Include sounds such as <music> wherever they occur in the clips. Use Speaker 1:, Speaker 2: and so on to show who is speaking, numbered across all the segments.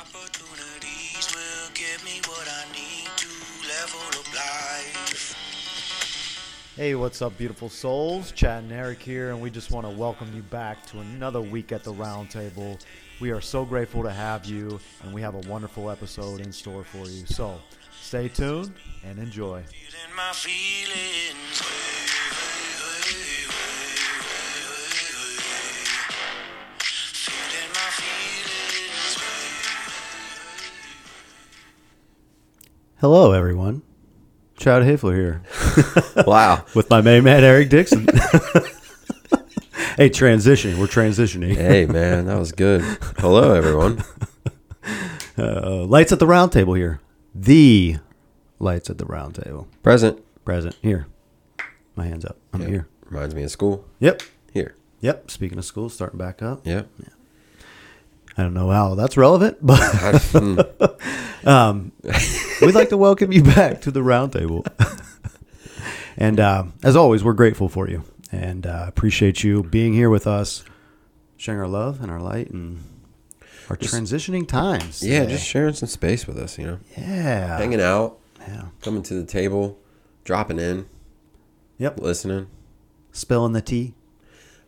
Speaker 1: opportunities will give me what I need to level up life.
Speaker 2: Hey, what's up, beautiful souls? Chad and Eric here, and we just want to welcome you back to another week at the Roundtable. We are so grateful to have you, and we have a wonderful episode in store for you. So stay tuned and enjoy.
Speaker 1: Feeling my feelings. Hey, hey, hey, hey, hey, hey, hey. Feeling my feelings.
Speaker 3: Hello, everyone. Chad Hafler here
Speaker 4: Wow.
Speaker 3: with my main man, Eric Dixon. <laughs> hey, transition. We're transitioning.
Speaker 4: Hey, man, that was good. Hello, everyone.
Speaker 3: Uh, lights at the round table here. The lights at the round table.
Speaker 4: Present.
Speaker 3: Present here. My hands up. I'm here.
Speaker 4: Reminds me of school.
Speaker 3: Yep.
Speaker 4: Here.
Speaker 3: Yep. Speaking of school, starting back up. <laughs>
Speaker 4: Yep.
Speaker 3: I don't know how that's relevant, <laughs> but
Speaker 4: I- hmm.
Speaker 3: we'd like to welcome you back to the round table. <laughs> and uh, as always, we're grateful for you and uh, appreciate you being here with us, sharing our love and our light and our transitioning times.
Speaker 4: yeah,
Speaker 3: today.
Speaker 4: just sharing some space with us, you know,
Speaker 3: yeah,
Speaker 4: hanging out,
Speaker 3: yeah.
Speaker 4: coming to the table, dropping in,
Speaker 3: Yep.
Speaker 4: listening.
Speaker 3: Spilling the tea,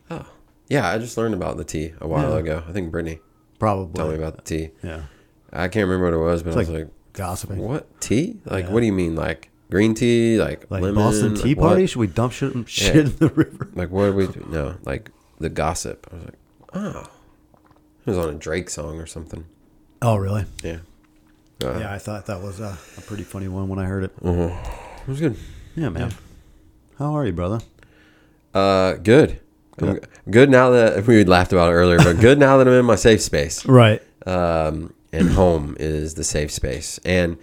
Speaker 4: Oh, yeah. I just learned about the tea a while
Speaker 3: Yeah.
Speaker 4: ago. I think Brittany
Speaker 3: probably.
Speaker 4: told me about the tea.
Speaker 3: Yeah,
Speaker 4: I can't remember what it was, but I was
Speaker 3: like
Speaker 4: like,
Speaker 3: gossiping.
Speaker 4: "What tea? Like,
Speaker 3: Yeah.
Speaker 4: what do you mean? Like green tea? Like,
Speaker 3: Like
Speaker 4: lemon?
Speaker 3: Boston Tea
Speaker 4: like, what?
Speaker 3: Party? Should we dump shit, shit
Speaker 4: Yeah.
Speaker 3: in <laughs> the river?
Speaker 4: Like, what do we do? No, like the gossip." I was like, "Oh, it was on a Drake song or something."
Speaker 3: Oh, really?
Speaker 4: Yeah. Uh,
Speaker 3: Yeah, I thought that was a, a pretty funny one when I heard it.
Speaker 4: It was good.
Speaker 3: Yeah, man. How are you, brother?
Speaker 4: Uh, good. I'm g- good now that we laughed about it earlier, but good now that I'm in my safe space.
Speaker 3: Right.
Speaker 4: Um, <clears throat> and home is the safe space, and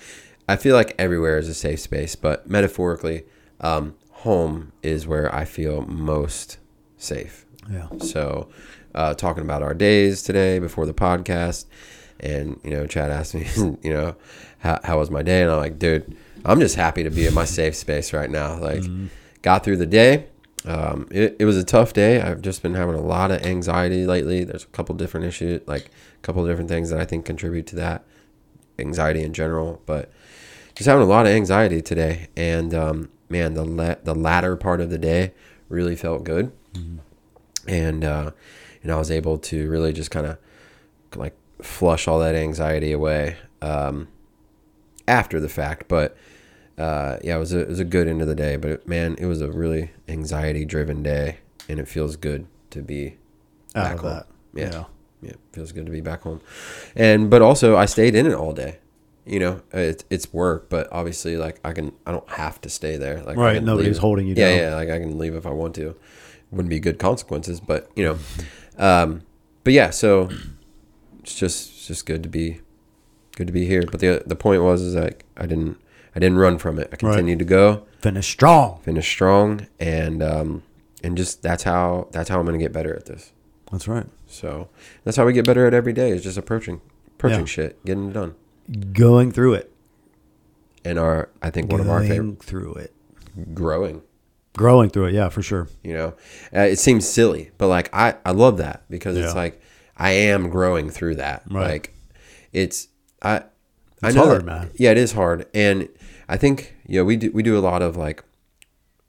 Speaker 4: I feel like everywhere is a safe space, but metaphorically, um, home is where I feel most safe.
Speaker 3: Yeah.
Speaker 4: So, uh, talking about our days today before the podcast, and you know, Chad asked me, <laughs> you know, how, how was my day, and I'm like, dude, I'm just happy to be in my safe space right now. Like, got through the day. Um, it, it was a tough day. I've just been having a lot of anxiety lately. There's a couple different issues, like a couple different things that I think contribute to that anxiety in general, but just having a lot of anxiety today. And um, man, the la- the latter part of the day really felt good, and uh, and I was able to really just kind of like flush all that anxiety away um, after the fact. But uh, yeah, it was a, it was a good end of the day. But it, man, it was a really anxiety driven day, and it feels good to be
Speaker 3: Out
Speaker 4: back
Speaker 3: of
Speaker 4: home.
Speaker 3: that.
Speaker 4: Yeah.
Speaker 3: Yeah.
Speaker 4: yeah. Feels good to be back home. And but also I stayed in it all day. You know, it, it's work, but obviously like I can I don't have to stay there. Like I
Speaker 3: Right,
Speaker 4: can
Speaker 3: nobody's
Speaker 4: leave.
Speaker 3: holding you
Speaker 4: yeah,
Speaker 3: down.
Speaker 4: Yeah, like I can leave if I want to. Wouldn't be good consequences, but you know. Um but yeah, so it's just it's just good to be good to be here. But the the point was is like I didn't I didn't run from it. I continued to go
Speaker 3: Finish strong.
Speaker 4: finish strong and um and just that's how that's how i'm gonna get better at this
Speaker 3: That's right.
Speaker 4: so that's how we get better at every day is just approaching approaching
Speaker 3: Yeah.
Speaker 4: shit getting it done
Speaker 3: Going through it.
Speaker 4: and our i think one of our
Speaker 3: Going
Speaker 4: favorite
Speaker 3: through it.
Speaker 4: growing
Speaker 3: Growing through it. Yeah, for sure.
Speaker 4: you know uh, it seems silly but like i i love that because it's
Speaker 3: Yeah.
Speaker 4: like i am growing through that
Speaker 3: Right.
Speaker 4: like it's i i
Speaker 3: It's
Speaker 4: know
Speaker 3: hard,
Speaker 4: that-
Speaker 3: man.
Speaker 4: yeah it is hard and i think yeah we do we do a lot of like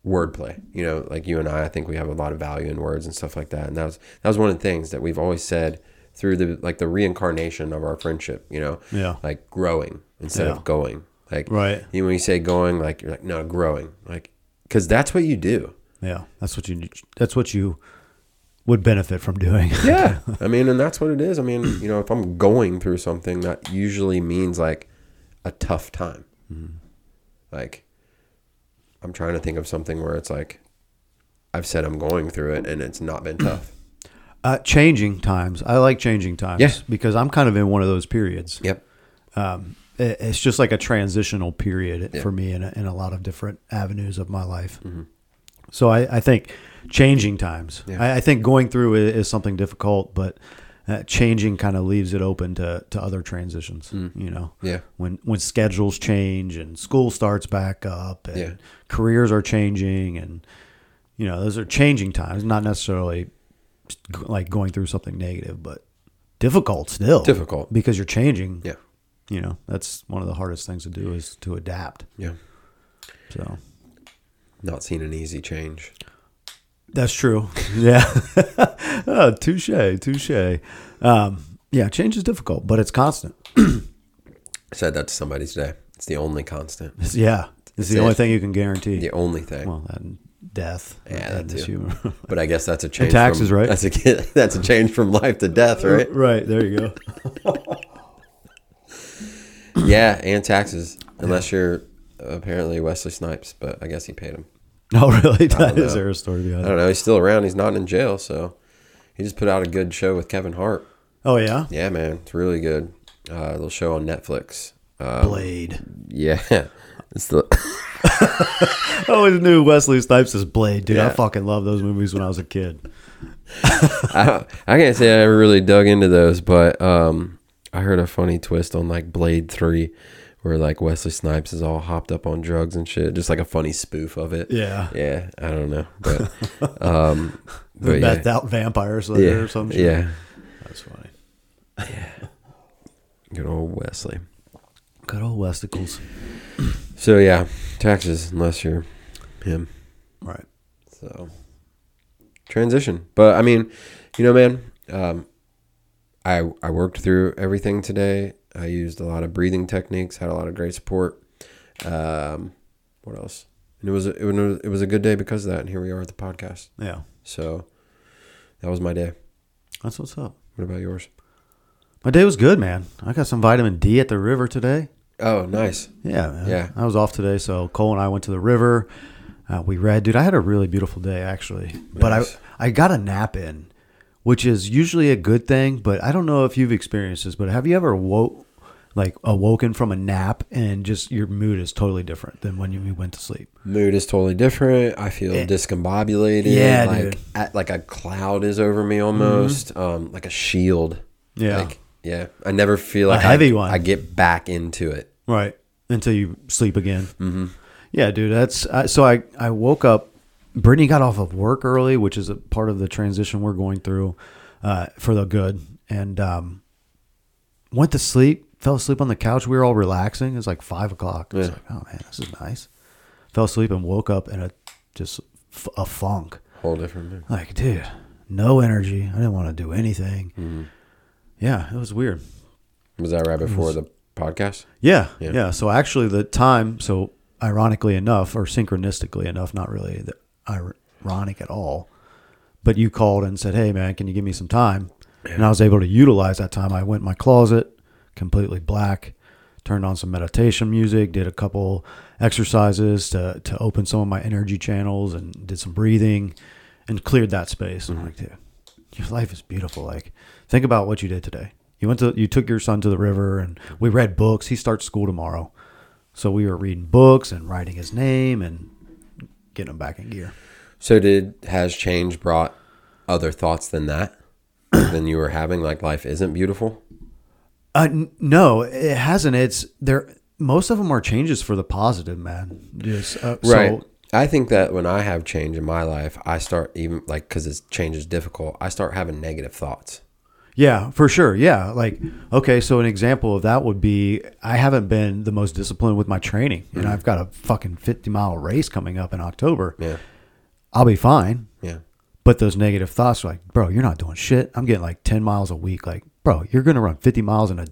Speaker 4: wordplay you know like you and i i think we have a lot of value in words and stuff like that and that was that was one of the things that we've always said through the like the reincarnation of our friendship you know
Speaker 3: Yeah.
Speaker 4: like growing instead
Speaker 3: Yeah.
Speaker 4: of going like
Speaker 3: Right.
Speaker 4: you know, when you say going like you're like no growing like because that's what you do
Speaker 3: Yeah, that's what you. That's what you would benefit from doing.
Speaker 4: Yeah. I mean, and that's what it is. I mean, you know, if I'm going through something, that usually means like a tough time. Like, I'm trying to think of something where it's like, I've said I'm going through it and it's not
Speaker 3: <clears throat>
Speaker 4: been tough.
Speaker 3: <laughs> Uh, changing times. I like changing times.
Speaker 4: Yeah.
Speaker 3: Because I'm kind of in one of those periods.
Speaker 4: Yep.
Speaker 3: It- It's just like a transitional period
Speaker 4: Yeah. Mm-hmm.
Speaker 3: for me in a, in a lot of different avenues of my life. So I, I think changing times.
Speaker 4: Yeah.
Speaker 3: I, I think going through is, is something difficult, but uh, changing kind of leaves it open to, to other transitions. You know,
Speaker 4: Mm. Yeah.
Speaker 3: When when schedules change and school starts back up and
Speaker 4: Yeah.
Speaker 3: careers are changing and you know those are changing times. Not necessarily like going through something negative, but difficult still.
Speaker 4: Difficult.
Speaker 3: because you're changing.
Speaker 4: Yeah.
Speaker 3: You know, that's one of the hardest things to do is to adapt.
Speaker 4: Yeah.
Speaker 3: So
Speaker 4: Not seen an easy change.
Speaker 3: that's true. <laughs> yeah. oh, touche, touche. Um, yeah, change is difficult, but it's constant.
Speaker 4: I said that to somebody today. It's the only constant.
Speaker 3: It's- yeah. It's the
Speaker 4: That's
Speaker 3: only
Speaker 4: it.
Speaker 3: thing you can guarantee.
Speaker 4: The only thing.
Speaker 3: Well, that and death.
Speaker 4: Yeah,
Speaker 3: and
Speaker 4: that
Speaker 3: this
Speaker 4: too.
Speaker 3: humor.
Speaker 4: <laughs> but I guess that's a change.
Speaker 3: taxes,
Speaker 4: from,
Speaker 3: right?
Speaker 4: That's a <laughs> that's a change from life to death,
Speaker 3: <clears throat>
Speaker 4: right?
Speaker 3: right. There you go. <laughs>
Speaker 4: yeah, and taxes. Unless you're apparently Wesley Snipes, but I guess he paid him.
Speaker 3: No, Oh, really. That is
Speaker 4: know. Uh,
Speaker 3: there a story behind
Speaker 4: I
Speaker 3: it.
Speaker 4: don't know. He's still around. He's not in jail, so he just put out a good show with Kevin Hart.
Speaker 3: Oh yeah.
Speaker 4: Yeah, man, it's really good. Uh, little show on Netflix. Uh,
Speaker 3: Blade.
Speaker 4: yeah, <laughs> it's the
Speaker 3: I always knew Oh, Wesley Snipes as Blade, dude.
Speaker 4: Yeah.
Speaker 3: I fucking love those movies when I was a kid.
Speaker 4: I, I can't say I ever really dug into those, but um, I heard a funny twist on like Blade Three, where like Wesley Snipes is all hopped up on drugs and shit, just like a funny spoof of it.
Speaker 3: Yeah.
Speaker 4: yeah, I
Speaker 3: <laughs>
Speaker 4: don't know, but um,
Speaker 3: The
Speaker 4: but yeah,
Speaker 3: methed out vampire slayer
Speaker 4: yeah,
Speaker 3: or some shit.
Speaker 4: yeah,
Speaker 3: That's funny.
Speaker 4: good old Wesley.
Speaker 3: Good old Westicles.
Speaker 4: So yeah, taxes unless you're him.
Speaker 3: Right.
Speaker 4: So transition, but I mean, you know, man, um, I I worked through everything today. I used a lot of breathing techniques. Had a lot of great support. Um, what else? And it was it was it was a good day because of that. And here we are at the podcast.
Speaker 3: Yeah.
Speaker 4: So that was my day.
Speaker 3: That's what's up.
Speaker 4: What about yours?
Speaker 3: My day was good, man. I got some vitamin D at the river today.
Speaker 4: Oh, nice.
Speaker 3: Yeah, man.
Speaker 4: Yeah.
Speaker 3: I was off today, so Cole and I went to the river. Uh, we read, dude. I had a really beautiful day actually, but I
Speaker 4: Nice.
Speaker 3: I got a nap in, which is usually a good thing. But I don't know if you've experienced this, but have you ever woke like awoken from a nap and just your mood is totally different than when you went to sleep?
Speaker 4: Mood is totally different. I feel
Speaker 3: Yeah.
Speaker 4: discombobulated.
Speaker 3: Eh, Yeah,
Speaker 4: like
Speaker 3: dude. Mm-hmm.
Speaker 4: At, like a cloud is over me almost, um, like a shield.
Speaker 3: Yeah.
Speaker 4: Like, yeah. I never feel like I-
Speaker 3: heavy one.
Speaker 4: I get back into it.
Speaker 3: Right. Until you sleep again. Mm-hmm. Yeah, dude. That's I, so. I I woke up. Brittany got off of work early, which is a part of the transition we're going through uh, for the good, and um, went to sleep. Fell asleep on the couch. We were all relaxing. It was like five o'clock. I was
Speaker 4: Yeah.
Speaker 3: like, oh man, this is nice. Fell asleep and woke up in a just f- a funk.
Speaker 4: Whole different mood.
Speaker 3: Like, dude, no energy. I didn't want to do anything. Yeah, it was weird.
Speaker 4: Was that right before the podcast?
Speaker 3: Yeah,
Speaker 4: Yeah.
Speaker 3: yeah. So actually, the time, so ironically enough, or synchronistically enough, not really the- ironic at all, but you called and said, "Hey, man, can you give me some time?" And I was able to utilize that time. I went in my closet, completely black, turned on some meditation music, did a couple exercises to to open some of my energy channels, and did some breathing, and cleared that space. I'm like, dude, your life is beautiful. Like, think about what you did today. You went to you took your son to the river, and we read books. He starts school tomorrow, so we were reading books and writing his name and getting him back in gear.
Speaker 4: So did has change brought other thoughts than that <coughs> than you were having? Like life isn't beautiful.
Speaker 3: Uh, n- no, it hasn't. It's there. Most of them are changes for the positive, man. Just uh,
Speaker 4: Right.
Speaker 3: So,
Speaker 4: I think that when I have change in my life, I start even like because it's change is difficult. I start having negative thoughts.
Speaker 3: yeah, for sure. Yeah, like okay. So an example of that would be I haven't been the most disciplined with my training, and I've got a fucking fifty mile race coming up in October.
Speaker 4: Yeah.
Speaker 3: I'll be fine.
Speaker 4: Yeah.
Speaker 3: But those negative thoughts are like, bro, you're not doing shit. I'm getting like 10 miles a week. Like, bro, you're going to run 50 miles in a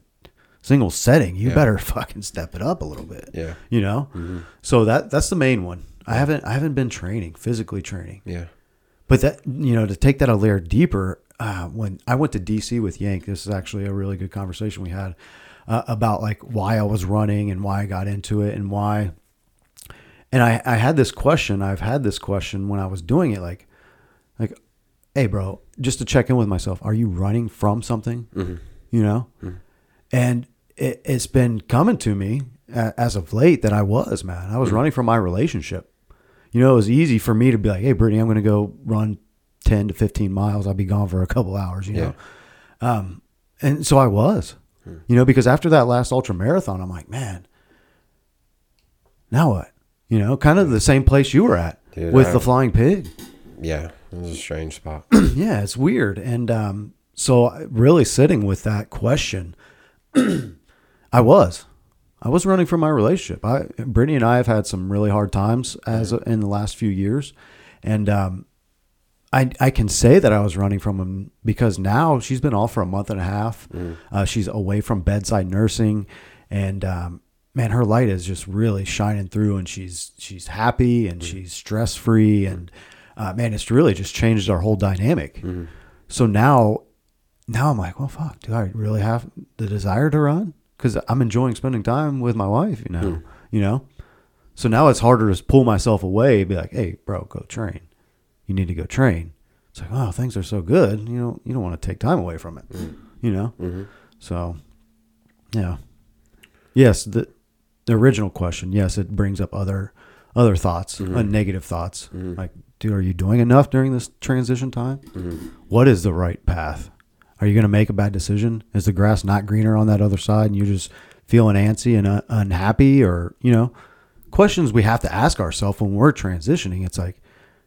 Speaker 3: single setting. You better <laughs> fucking step it up a little bit.
Speaker 4: Yeah.
Speaker 3: You know? So that that's the main one. I haven't I haven't been training, physically training.
Speaker 4: Yeah.
Speaker 3: But that, you know, to take that a layer deeper, uh, when I went to DC with Yank, this is actually a really good conversation we had uh, about like why I was running and why I got into it and why. And I, I had this question. I've had this question when I was doing it, like, like, hey, bro, just to check in with myself, are you running from something?
Speaker 4: Mm-hmm.
Speaker 3: You know, and it, it's been coming to me a- as of late that I was, man. I was
Speaker 4: Mm-hmm.
Speaker 3: running from my relationship. You know, it was easy for me to be like, hey, Brittany, I'm going to go run 10 to 15 miles. I'll be gone for a couple hours, you know? Um, and so I was,
Speaker 4: Hmm.
Speaker 3: you know, because after that last ultra marathon, I'm like, man, now what? You know, kind of the same place you were at
Speaker 4: Dude,
Speaker 3: with
Speaker 4: I-
Speaker 3: the flying pig. <clears throat>
Speaker 4: Yeah. It was a strange spot.
Speaker 3: yeah, it's weird. And um, so I- really sitting with that question, <clears throat> I was, I was running from my relationship. I, Brittany and I have had some really hard times as in the last few years, and um, I I can say that I was running from him because now she's been off for a month and a half. Uh, she's away from bedside nursing, and um, man, her light is just really shining through, and she's she's happy and she's stress free, and uh, man, it's really just changed our whole dynamic. So now, now I'm like, well, fuck, do I really have the desire to run? Because I'm enjoying spending time with my wife, you know, you know. So now it's harder to pull myself away, and be like, hey, bro, go train. You need to go train. It's like, oh, things are so good. You know, you don't want to take time away from it. You know, so yeah, yes. The, the original question, yes, it brings up other other thoughts, uh, negative thoughts. Like, dude, are you doing enough during this transition time? What is the right path? Are you going to make a bad decision? Is the grass not greener on that other side, and you're just feeling antsy and uh, unhappy, or you know, questions we have to ask ourselves when we're transitioning? It's like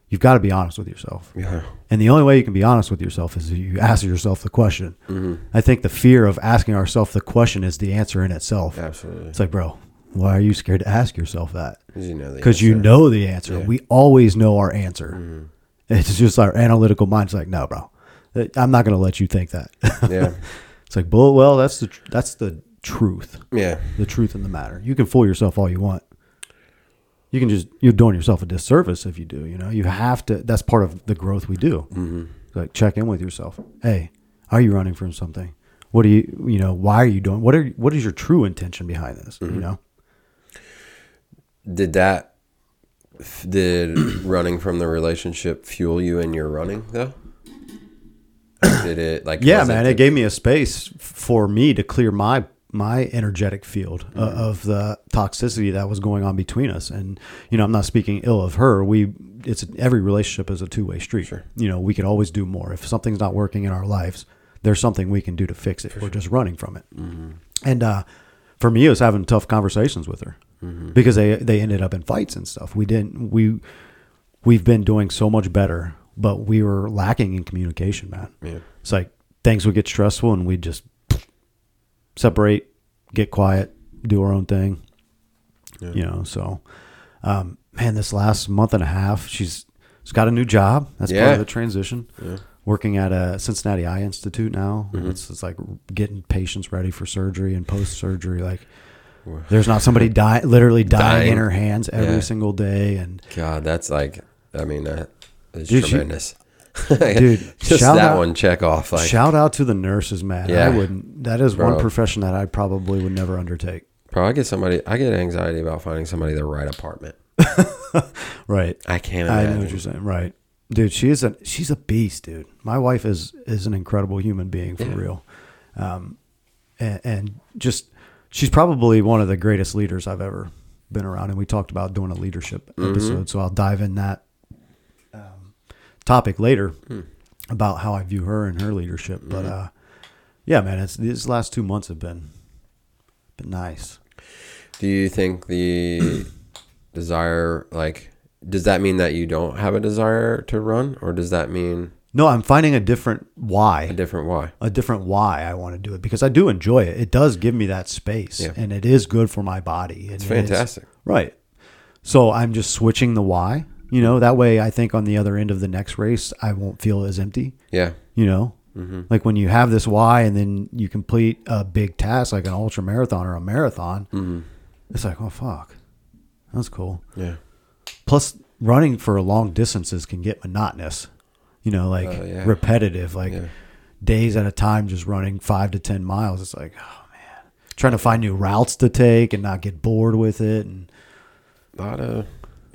Speaker 3: you've got to be honest with yourself.
Speaker 4: Yeah.
Speaker 3: And the only way you can be honest with yourself is if you ask yourself the question. I think the fear of asking ourselves the question is the answer in itself.
Speaker 4: Absolutely.
Speaker 3: It's like, bro, why are you scared to ask yourself that?
Speaker 4: 'Cause you know the
Speaker 3: Because you
Speaker 4: answer. Mm-hmm.
Speaker 3: know the answer. We always know our answer. It's just our analytical mind's like, no, bro, I'm not going to let you think that.
Speaker 4: Yeah.
Speaker 3: <laughs> it's like, well, well, that's the tr- that's the truth,
Speaker 4: Yeah.
Speaker 3: the truth in the matter. You can fool yourself all you want. You can just you're doing yourself a disservice if you do. You know, you have to. That's part of the growth we do. Mm-hmm. Like check in with yourself. Hey, are you running from something? What do you you know? Why are you doing? What are what is your true intention behind this? You know.
Speaker 4: Did that f- did <clears throat> running from the relationship fuel you in your running though? Or did it like
Speaker 3: yeah
Speaker 4: was
Speaker 3: man
Speaker 4: the-
Speaker 3: it gave me a space f- for me to clear my my energetic field uh,
Speaker 4: Mm.
Speaker 3: of the toxicity that was going on between us and you know i'm not speaking ill of her we it's every relationship is a two-way street you know we could always do more if something's not working in our lives there's something we can do to fix it we're just running from it
Speaker 4: Mm-hmm.
Speaker 3: and uh, for me, it was having tough conversations with her
Speaker 4: Mm-hmm.
Speaker 3: because they they ended up in fights and stuff. We didn't we we've been doing so much better, but we were lacking in communication, man.
Speaker 4: Yeah.
Speaker 3: It's like things would get stressful and we'd just separate, get quiet, do our own thing. You know, so um, man, this last month and a half, she's she's got a new job. That's part
Speaker 4: Yeah. Mm-hmm.
Speaker 3: of the transition. Working at a Cincinnati Eye Institute now. It's, it's like getting patients ready for surgery and post surgery. Like, there's not somebody die, literally dying,
Speaker 4: <laughs> Dying.
Speaker 3: in her hands every
Speaker 4: Yeah.
Speaker 3: single day. And
Speaker 4: God, that's like I mean that is
Speaker 3: Dude, she-
Speaker 4: tremendous. <laughs>
Speaker 3: Dude,
Speaker 4: just
Speaker 3: shout
Speaker 4: that
Speaker 3: out-
Speaker 4: one check off like
Speaker 3: shout out to the nurses, man.
Speaker 4: Yeah.
Speaker 3: I wouldn't. That is
Speaker 4: Bro.
Speaker 3: one profession that I probably would never undertake.
Speaker 4: Bro, I get somebody. I get anxiety about finding somebody the right apartment.
Speaker 3: Right.
Speaker 4: I can't.
Speaker 3: I
Speaker 4: Imagine.
Speaker 3: know what you're saying. Right. Dude, she is a she's a beast, dude. My wife is is an incredible human being for real. Um and, and just she's probably one of the greatest leaders I've ever been around and we talked about doing a leadership episode, so I'll dive in that um, topic later about how I view her and her leadership. But uh yeah, man, it's these last 2 months have been been nice.
Speaker 4: Do you think the desire, like, does that mean that you don't have a desire to run, or does that mean
Speaker 3: No, I'm finding a different why.
Speaker 4: a different why?
Speaker 3: a different why I want to do it because I do enjoy it. It does give me that space
Speaker 4: Yeah.
Speaker 3: and it is good for my body. It's
Speaker 4: fantastic.
Speaker 3: right. So I'm just switching the why, you know, that way I think on the other end of the next race, I won't feel as empty,
Speaker 4: Yeah,
Speaker 3: you know,
Speaker 4: Mm-hmm.
Speaker 3: like when you have this why and then you complete a big task like an ultra marathon or a marathon,
Speaker 4: Mm-hmm.
Speaker 3: it's like, oh, fuck, that's cool
Speaker 4: yeah,
Speaker 3: plus running for long distances can get monotonous you know like
Speaker 4: Oh, yeah.
Speaker 3: repetitive like
Speaker 4: Yeah.
Speaker 3: days at a time just running five to ten miles it's like oh man trying to find new routes to take and not get bored with it and
Speaker 4: a lot of,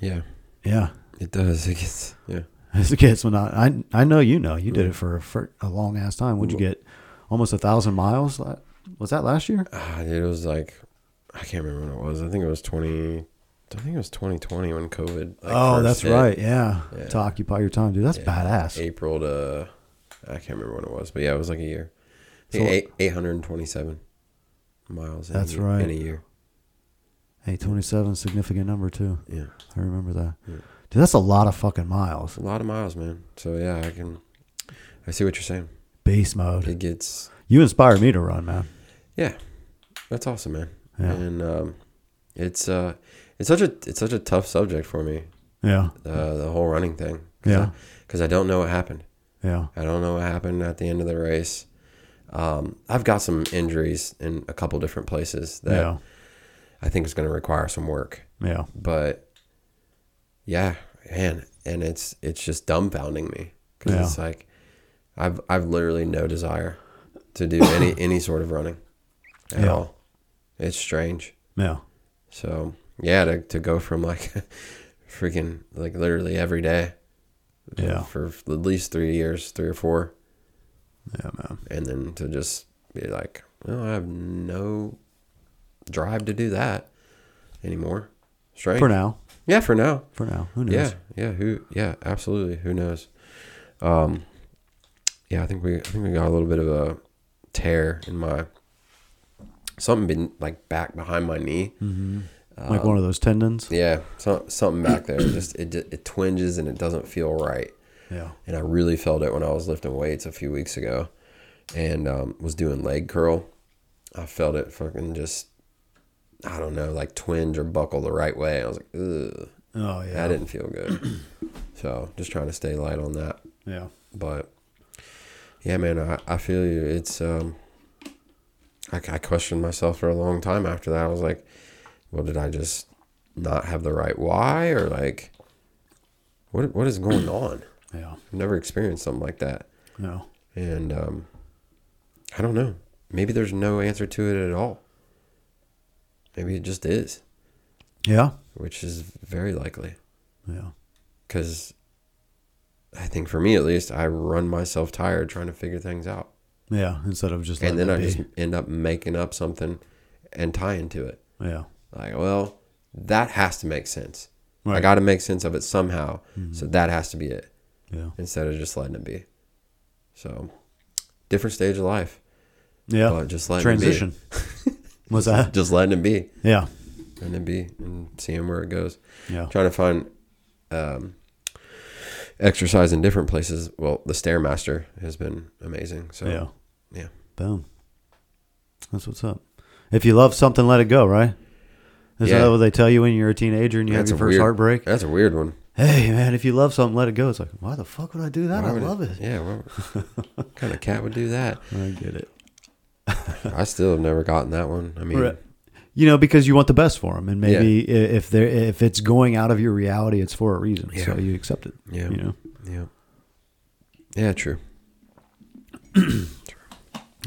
Speaker 4: yeah,
Speaker 3: yeah <laughs>
Speaker 4: it does. <laughs> It gets, yeah,
Speaker 3: it gets monotonous I, I know you know you did
Speaker 4: Mm.
Speaker 3: it for, for a long ass time would you get almost a thousand miles la- was that last year
Speaker 4: ah, dude, it was like, I can't remember when it was. I think it was twenty. I think it was 2020 when COVID. like,
Speaker 3: oh
Speaker 4: first
Speaker 3: that's
Speaker 4: hit.
Speaker 3: right yeah.
Speaker 4: Yeah.
Speaker 3: to occupy your time dude that's badass
Speaker 4: April to, I can't remember when it was, but yeah, it was like a year. I
Speaker 3: So-
Speaker 4: think eight hundred and twenty-seven miles. in a
Speaker 3: That's
Speaker 4: year-
Speaker 3: right.
Speaker 4: In a year,
Speaker 3: hey 27 significant number too
Speaker 4: yeah.
Speaker 3: i remember that dude that's a lot of fucking miles
Speaker 4: a lot of miles, man. So yeah, I can. I see what you're saying.
Speaker 3: beast mode.
Speaker 4: It gets
Speaker 3: You inspire me to run, man.
Speaker 4: yeah, that's awesome, man.
Speaker 3: Yeah.
Speaker 4: And um, it's uh, it's such a it's such a tough subject for me.
Speaker 3: Yeah,
Speaker 4: Uh, the whole running thing.
Speaker 3: Yeah.
Speaker 4: Because I don't know what happened.
Speaker 3: yeah,
Speaker 4: I don't know what happened at the end of the race. Um, I've got some injuries in a couple different places that
Speaker 3: yeah,
Speaker 4: I think is going to require some work.
Speaker 3: yeah,
Speaker 4: But yeah, man, and it's it's just dumbfounding me because
Speaker 3: Yeah.
Speaker 4: it's like I've I've literally no desire
Speaker 3: <coughs>
Speaker 4: to do any any sort of running at
Speaker 3: Yeah.
Speaker 4: all. It's strange.
Speaker 3: yeah,
Speaker 4: So yeah, to to go from like <laughs> freaking like literally every day
Speaker 3: yeah,
Speaker 4: for at least three years, three or four,
Speaker 3: yeah, man.
Speaker 4: and then to just be like, well, I have no drive to do that anymore. Strange.
Speaker 3: For now,
Speaker 4: Yeah, for now.
Speaker 3: for now. Who knows?
Speaker 4: Yeah, yeah. Who? Yeah, absolutely. Who knows? Um, yeah, I think we I think we got a little bit of a tear in my something been like back behind my knee.
Speaker 3: like one of those tendons.
Speaker 4: Yeah, some, something back there. Just it ju- it twinges and it doesn't feel right.
Speaker 3: Yeah,
Speaker 4: And I really felt it when I was lifting weights a few weeks ago, and um, was doing leg curl. I felt it fucking just I don't know like twinge or buckle the right way. I was like, ugh.
Speaker 3: oh yeah,
Speaker 4: That didn't feel good. <clears throat> so just trying to stay light on that.
Speaker 3: yeah,
Speaker 4: But yeah, man, I, I feel you. It's um, I, I questioned myself for a long time after that. I was like, well, did I just not have the right why or like, what what is going on?
Speaker 3: yeah,
Speaker 4: I've never experienced something like that,
Speaker 3: yeah,
Speaker 4: and um, I don't know. Maybe there's no answer to it at all. Maybe it just is,
Speaker 3: yeah,
Speaker 4: which is very likely.
Speaker 3: yeah,
Speaker 4: because I think for me at least, I run myself tired trying to figure things out,
Speaker 3: yeah. Instead of just
Speaker 4: and
Speaker 3: letting
Speaker 4: then I
Speaker 3: it
Speaker 4: just
Speaker 3: be.
Speaker 4: end up making up something and tying to it.
Speaker 3: yeah,
Speaker 4: Like, well, that has to make sense. I
Speaker 3: Right.
Speaker 4: got to make sense of it somehow, so that has to be it
Speaker 3: yeah,
Speaker 4: instead of just letting it be. So, different stage of life,
Speaker 3: yeah.
Speaker 4: but just letting
Speaker 3: Transition.
Speaker 4: <laughs> It
Speaker 3: Was
Speaker 4: be.
Speaker 3: that?
Speaker 4: Just letting it be,
Speaker 3: Yeah,
Speaker 4: letting it be, and seeing where it goes.
Speaker 3: yeah,
Speaker 4: trying Oh. to find um, exercise in different places. Well, the stairmaster has been amazing. So
Speaker 3: yeah.
Speaker 4: yeah,
Speaker 3: Boom. That's what's up. If you love something, let it go. Right? Is
Speaker 4: Yeah.
Speaker 3: that what they tell you when you're a teenager and you have
Speaker 4: That's
Speaker 3: your
Speaker 4: a
Speaker 3: first
Speaker 4: weird-
Speaker 3: heartbreak?
Speaker 4: That's a weird one.
Speaker 3: Hey man, if you love something, let it go. It's like, why the fuck would I do that?
Speaker 4: Why
Speaker 3: I
Speaker 4: would
Speaker 3: love it. <laughs>
Speaker 4: Yeah, why- what kind of cat would do that?
Speaker 3: I get it.
Speaker 4: I still have never gotten that one. I mean,
Speaker 3: Right. You know, because you want the best for them, and maybe i if they are if it's going out of your reality, it's for a reason. So
Speaker 4: Yeah.
Speaker 3: you accept it.
Speaker 4: Yeah.
Speaker 3: You know.
Speaker 4: yeah, yeah, true.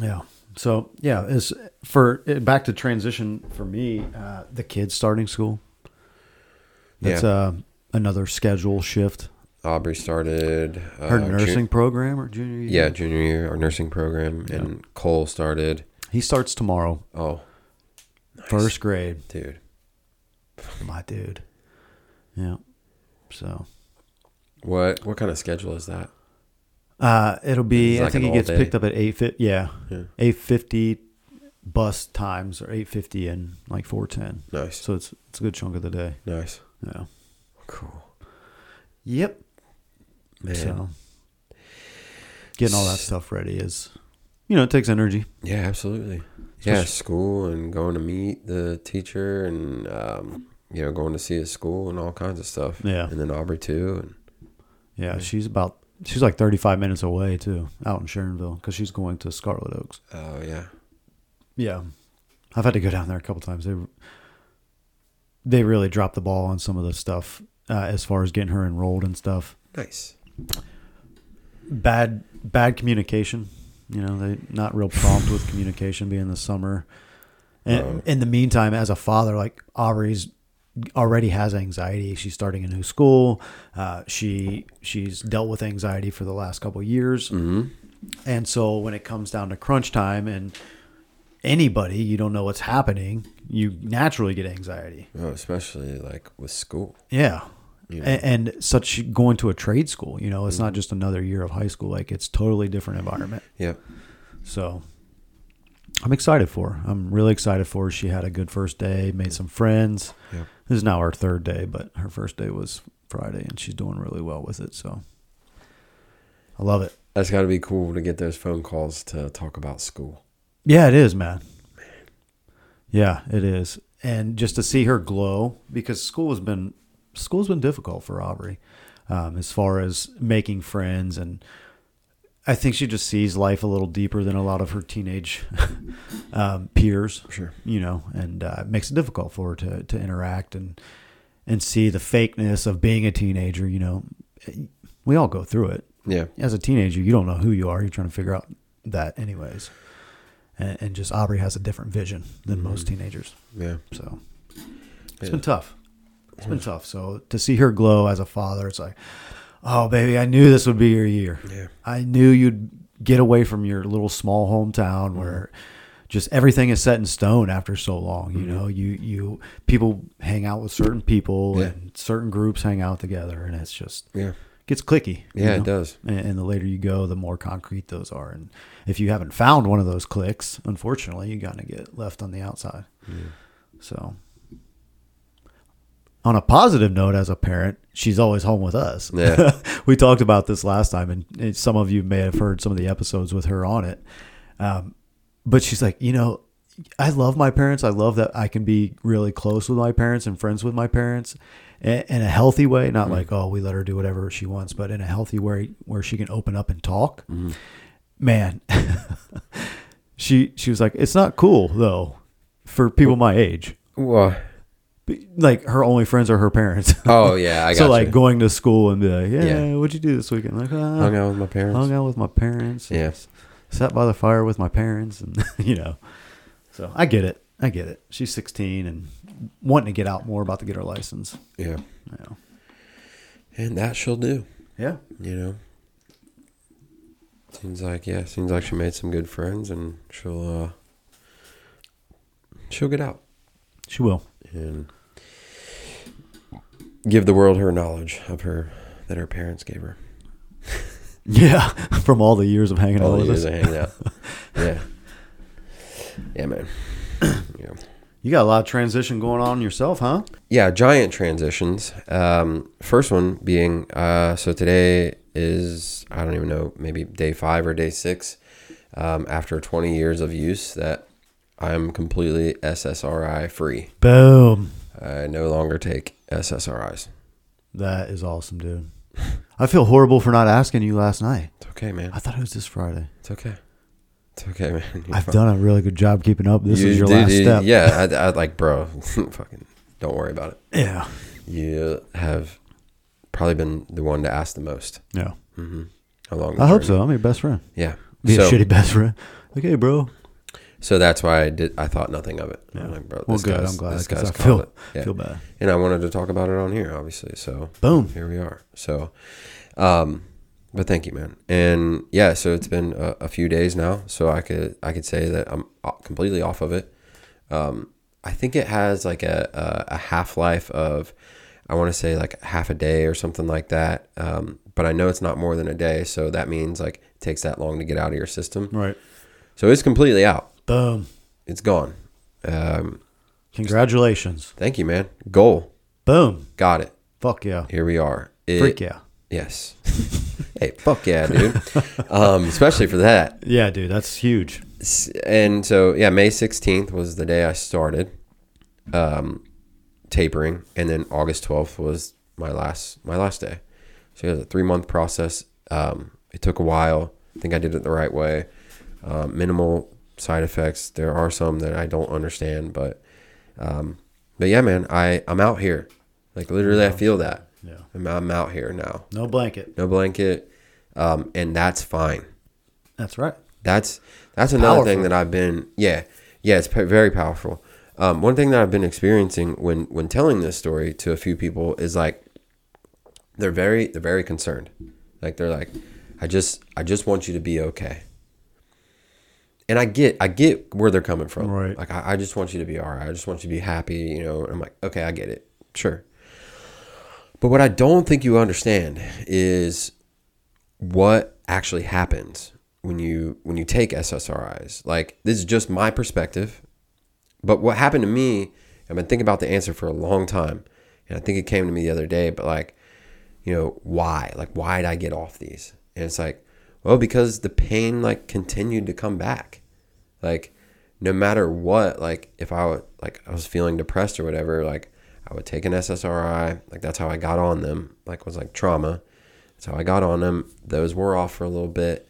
Speaker 3: Yeah. So yeah, it's for eh, back to transition for me. Uh, the kids starting school. That's
Speaker 4: Yeah.
Speaker 3: uh, another schedule shift.
Speaker 4: Aubrey started uh,
Speaker 3: Her
Speaker 4: ju-
Speaker 3: nursing program or junior year.
Speaker 4: yeah, junior year, our nursing program, and Cole started.
Speaker 3: He starts tomorrow,
Speaker 4: Oh,
Speaker 3: first grade.
Speaker 4: dude,
Speaker 3: My dude. Yeah. So
Speaker 4: what what kind of schedule is that?
Speaker 3: uh, it'll be.
Speaker 4: It's
Speaker 3: I
Speaker 4: like
Speaker 3: think
Speaker 4: an
Speaker 3: he gets
Speaker 4: all-day.
Speaker 3: picked up at eight fifty. Yeah.
Speaker 4: Yeah.
Speaker 3: Eight fifty bus times or eight fifty and like four ten.
Speaker 4: Nice,
Speaker 3: So it's it's a good chunk of the day.
Speaker 4: nice,
Speaker 3: Yeah.
Speaker 4: cool,
Speaker 3: Yep.
Speaker 4: man.
Speaker 3: So getting all that stuff ready is, you know, it takes energy.
Speaker 4: Yeah, absolutely. Yeah,
Speaker 3: Especially-
Speaker 4: school and going to meet the teacher and um, you know going to see his school and all kinds of stuff.
Speaker 3: Yeah.
Speaker 4: and then Aubrey too. And
Speaker 3: Yeah, she's about she's like thirty five minutes away too, out in Sharonville, because she's going to Scarlet Oaks.
Speaker 4: oh yeah,
Speaker 3: Yeah, I've had to go down there a couple times. They they really dropped the ball on some of the stuff uh, as far as getting her enrolled and stuff.
Speaker 4: nice.
Speaker 3: Bad bad communication. You know, they not real prompt with communication being the summer. And
Speaker 4: Oh.
Speaker 3: in the meantime, as a father, like Aubrey's already has anxiety. She's starting a new school. Uh, she she's dealt with anxiety for the last couple of years.
Speaker 4: Mm-hmm.
Speaker 3: And so when it comes down to crunch time and anybody, you don't know what's happening, you naturally get anxiety.
Speaker 4: Oh, especially like with school.
Speaker 3: Yeah.
Speaker 4: Yeah. Mm-hmm.
Speaker 3: A- And, such going to a trade school, you know, it's not just another year of high school. Like it's totally different environment.
Speaker 4: Yep.
Speaker 3: So I'm excited for her. I'm really excited for her. She had a good first day, made some friends.
Speaker 4: Yep.
Speaker 3: This is now her third day, but her first day was Friday and she's doing really well with it. So I love it.
Speaker 4: That's got to be cool to get those phone calls to talk about school.
Speaker 3: Yeah, it is, man. Yeah, it is. And just to see her glow because school has been school's been difficult for Aubrey, um, as far as making friends and I think she just sees life a little deeper than a lot of her teenage <laughs> um, peers.
Speaker 4: Sure.
Speaker 3: you know, and uh, it makes it difficult for her to to interact and and see the fakeness of being a teenager. You know, we all go through it
Speaker 4: Yeah.
Speaker 3: as a teenager, you don't know who you are. You're trying to figure out that, anyways. And, and just Aubrey has a different vision than most teenagers.
Speaker 4: Yeah.
Speaker 3: So it's
Speaker 4: Mm-hmm. Yeah.
Speaker 3: been tough. It's been tough. So to see her glow as a father, it's like, oh, baby, I knew this would be your year.
Speaker 4: Yeah.
Speaker 3: I knew you'd get away from your little small hometown
Speaker 4: Mm-hmm.
Speaker 3: where just everything is set in stone after so long. You
Speaker 4: Mm-hmm.
Speaker 3: know, you you people hang out with certain people
Speaker 4: Yeah.
Speaker 3: and certain groups hang out together, and it's just
Speaker 4: Yeah.
Speaker 3: gets clicky. you
Speaker 4: Yeah, it
Speaker 3: know?
Speaker 4: does.
Speaker 3: And, and the later you go, the more concrete those are. And if you haven't found one of those clicks, unfortunately, you're gonna get left on the outside. So, on a positive note, as a parent, she's always home with us.
Speaker 4: Yeah.
Speaker 3: <laughs> we talked about this last time, and, and some of you may have heard some of the episodes with her on it. Um, but she's like, you know, I love my parents. I love that I can be really close with my parents and friends with my parents in, in a healthy way, not like, oh, we let her do whatever she wants, but in a healthy way where she can open up and talk. Man, <laughs> she she was like, it's not cool though for people my age.
Speaker 4: Well,
Speaker 3: Be- Like her only friends are her parents. <laughs>
Speaker 4: oh yeah, I got
Speaker 3: so like
Speaker 4: you.
Speaker 3: going to school and be like, yeah,
Speaker 4: Yeah.
Speaker 3: what'd you do this weekend? Like, "Ah,
Speaker 4: hung out with my parents.
Speaker 3: hung out with my parents. and
Speaker 4: Yeah.
Speaker 3: Sat by the fire with my parents and <laughs> you know. So I get it. I get it. She's 16 and wanting to get out more, about to get her license.
Speaker 4: Yeah,
Speaker 3: You know.
Speaker 4: and that she'll do.
Speaker 3: Yeah.
Speaker 4: You know. Seems like yeah, seems like she made some good friends, and she'll uh, she'll get out
Speaker 3: She will.
Speaker 4: and give the world her knowledge of her that her parents gave her.
Speaker 3: Yeah. <laughs> From all the years of hanging
Speaker 4: All
Speaker 3: out
Speaker 4: the
Speaker 3: with
Speaker 4: years
Speaker 3: us.
Speaker 4: I hanged out. Yeah. Yeah, man. <clears throat> Yeah.
Speaker 3: You got a lot of transition going on yourself, huh?
Speaker 4: yeah, giant transitions. Um, first one being uh, so today is I don't even know maybe day five or day six um, after 20 years of use that I'm completely SSRI free.
Speaker 3: Boom.
Speaker 4: I no longer take SSRIs.
Speaker 3: That is awesome, dude. I feel horrible for not asking you last night.
Speaker 4: It's okay, man.
Speaker 3: I thought it was this Friday.
Speaker 4: It's okay. It's okay, <laughs> man. You're
Speaker 3: I've
Speaker 4: fine.
Speaker 3: done a really good job keeping up. This
Speaker 4: You
Speaker 3: is your
Speaker 4: did-
Speaker 3: last
Speaker 4: you-
Speaker 3: step.
Speaker 4: Yeah, I, I like, bro. <laughs> fucking, don't worry about it.
Speaker 3: Yeah.
Speaker 4: You have probably been the one to ask the most Mm-hmm.
Speaker 3: Yeah.
Speaker 4: along. The
Speaker 3: I hope
Speaker 4: journey.
Speaker 3: so. I'm your best friend.
Speaker 4: Yeah.
Speaker 3: Be
Speaker 4: So-
Speaker 3: a shitty best friend. Like, hey, bro.
Speaker 4: So that's why I did. I thought nothing of it. I'm like, bro,
Speaker 3: well,
Speaker 4: this
Speaker 3: good.
Speaker 4: guy's,
Speaker 3: I'm glad.
Speaker 4: This
Speaker 3: 'cause
Speaker 4: guy's
Speaker 3: I feel,
Speaker 4: called it. Yeah.
Speaker 3: feel bad.
Speaker 4: And I wanted to talk about it on here, obviously. So
Speaker 3: Boom.
Speaker 4: here we are. So, um, but thank you, man. And yeah, so it's been a, a few days now, so I could I could say that I'm o- completely off of it. Um, I think it has like a a, a half life of, I want to say like half a day or something like that. Um, but I know it's not more than a day, so that means like it takes that long to get out of your system.
Speaker 3: Right.
Speaker 4: So it's completely out.
Speaker 3: Boom.
Speaker 4: It's gone. Um,
Speaker 3: Congratulations.
Speaker 4: Thank you, man. Goal.
Speaker 3: Boom.
Speaker 4: Got it.
Speaker 3: Fuck yeah.
Speaker 4: Here we are. It-
Speaker 3: Freak yeah.
Speaker 4: Yes. <laughs> hey, fuck yeah, dude. um, especially for that.
Speaker 3: Yeah, dude. That's huge.
Speaker 4: S- And so, yeah, May 16th was the day I started um, tapering. And then August 12th was my last my last day. So it was a three month process. Um, it took a while. I think I did it the right way. Um, minimal side effects. There are some that I don't understand, but um, but yeah, man, I I'm out here. Like literally, I feel that.
Speaker 3: Yeah.
Speaker 4: I'm, I'm out here now.
Speaker 3: No blanket.
Speaker 4: No blanket, um, and that's fine.
Speaker 3: That's right.
Speaker 4: That's that's another thing
Speaker 3: Powerful.
Speaker 4: that I've been yeah yeah it's p- very powerful. Um, one thing that I've been experiencing when when telling this story to a few people is like they're very they're very concerned. Like they're like I just I just want you to be okay. And I get I get where they're coming from.
Speaker 3: Right.
Speaker 4: Like I, I just want you to be all right. I just want you to be happy. You know. I'm like okay I get it sure. But what I don't think you understand is what actually happens when you when you take SSRIs. Like this is just my perspective, but what happened to me, I've been thinking about the answer for a long time, and I think it came to me the other day. But like, you know, why? Like, why did I get off these? And it's like, Well, because the pain like continued to come back. Like no matter what, like if I would like I was feeling depressed or whatever, like I would take an SSRI. Like that's how I got on them. Like was like trauma. That's how I got on them. Those wore off for a little bit.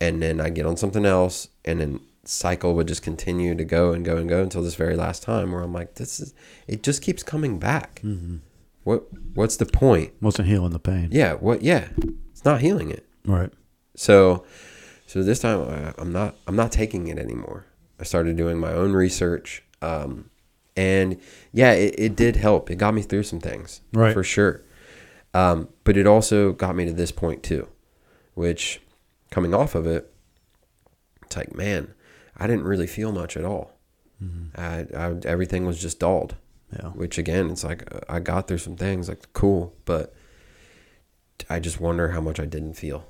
Speaker 4: And then I get on something else and then cycle would just continue to go and go and go until this very last time where I'm like, this is it just keeps coming back. What what's the point?
Speaker 3: Wasn't healing the pain.
Speaker 4: Yeah, what yeah. It's not healing it.
Speaker 3: Right.
Speaker 4: So, so this time I, I'm not I'm not taking it anymore. I started doing my own research, um, and yeah, it, it did help. It got me through some things,
Speaker 3: Right.
Speaker 4: for sure. Um, but it also got me to this point too, which coming off of it, it's like man, I didn't really feel much at all. I, I everything was just dulled.
Speaker 3: Yeah.
Speaker 4: Which again, it's like uh, I got through some things, like cool, but I just wonder how much I didn't feel.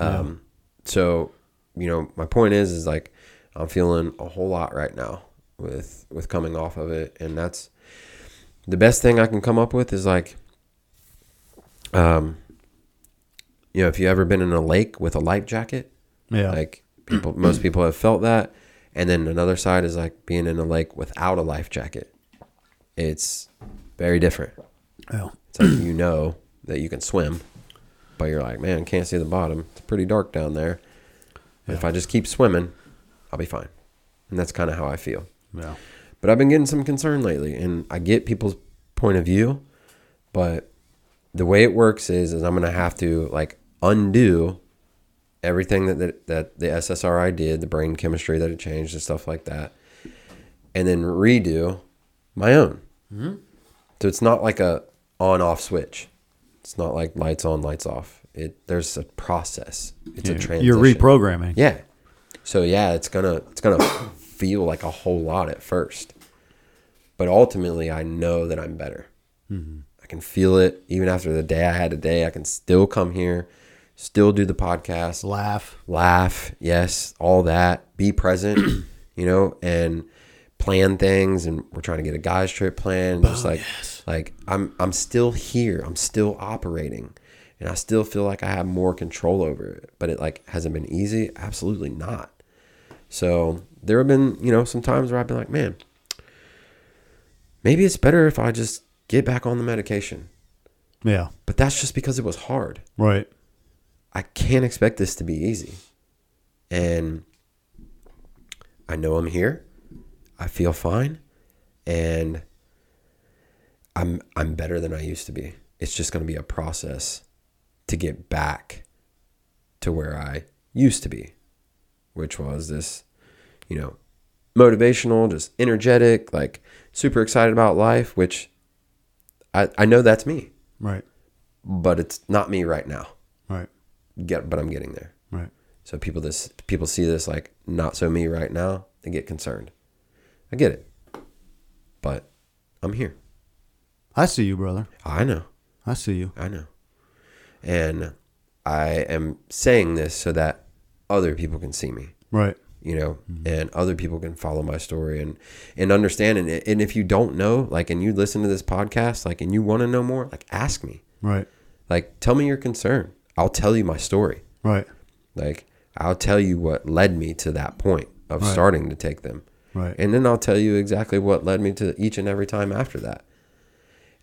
Speaker 4: Um, so you know, my point is, is like I'm feeling a whole lot right now with with coming off of it, and that's the best thing I can come up with is like, um, you know, if you ever been in a lake with a life jacket,
Speaker 3: Yeah.
Speaker 4: like people, most people have felt that. And then another side is like being in a lake without a life jacket. It's very different.
Speaker 3: yeah.
Speaker 4: It's like you know that you can swim, but you're like, man, can't see the bottom. It's pretty dark down there. But If I just keep swimming, I'll be fine. And that's kind of how I feel.
Speaker 3: Yeah.
Speaker 4: But I've been getting some concern lately, and I get people's point of view, but the way it works is, is I'm gonna have to like undo everything that that, that the SSRI did, the brain chemistry that it changed, and stuff like that, and then redo my own. So it's not like a on-off switch. It's not like lights on, lights off. It there's a process. It's a transition.
Speaker 3: You're reprogramming.
Speaker 4: Yeah. So yeah, it's gonna it's gonna <coughs> feel like a whole lot at first, but ultimately I know that I'm better. I can feel it even after the day I had today. I can still come here, still do the podcast,
Speaker 3: Laugh.
Speaker 4: laugh, yes, all that, be present, you know, and plan things and we're trying to get a guys trip plan just like like I'm I'm still here, I'm still operating and I still feel like I have more control over it, but it like hasn't been easy, absolutely not. So, there have been, you know, some times where I've been like, man, maybe it's better if I just get back on the medication.
Speaker 3: Yeah.
Speaker 4: But that's just because it was hard.
Speaker 3: Right.
Speaker 4: I can't expect this to be easy. And I know I'm here. I feel fine and I'm I'm better than I used to be. It's just going to be a process to get back to where I used to be, which was this, you know, motivational, just energetic, like super excited about life, which I I know that's me,
Speaker 3: Right.
Speaker 4: but it's not me right now.
Speaker 3: Right.
Speaker 4: Get but I'm getting there.
Speaker 3: Right.
Speaker 4: So people this people see this like not so me right now, they get concerned. I get it. But I'm here.
Speaker 3: I see you, brother.
Speaker 4: I know.
Speaker 3: I see you.
Speaker 4: I know. And I am saying this so that other people can see me,
Speaker 3: Right.
Speaker 4: you know, and other people can follow my story and and understand and and if you don't know, like and you listen to this podcast, like and you want to know more, like ask me.
Speaker 3: Right.
Speaker 4: Like tell me your concern. I'll tell you my story.
Speaker 3: Right.
Speaker 4: Like I'll tell you what led me to that point of
Speaker 3: Right.
Speaker 4: starting to take them.
Speaker 3: Right.
Speaker 4: And then I'll tell you exactly what led me to each and every time after that.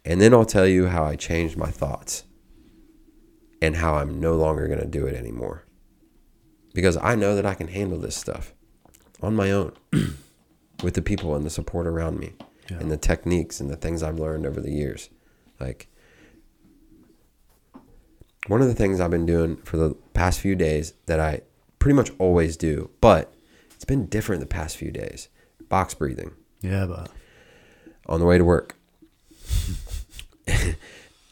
Speaker 4: And then I'll tell you how I changed my thoughts and how I'm no longer going to do it anymore. Because I know that I can handle this stuff on my own <clears throat> with the people and the support around me and the techniques and the things I've learned over the years. Like, one of the things I've been doing for the past few days that I pretty much always do, but it's been different the past few days box breathing
Speaker 3: yeah, but
Speaker 4: on the way to work <laughs>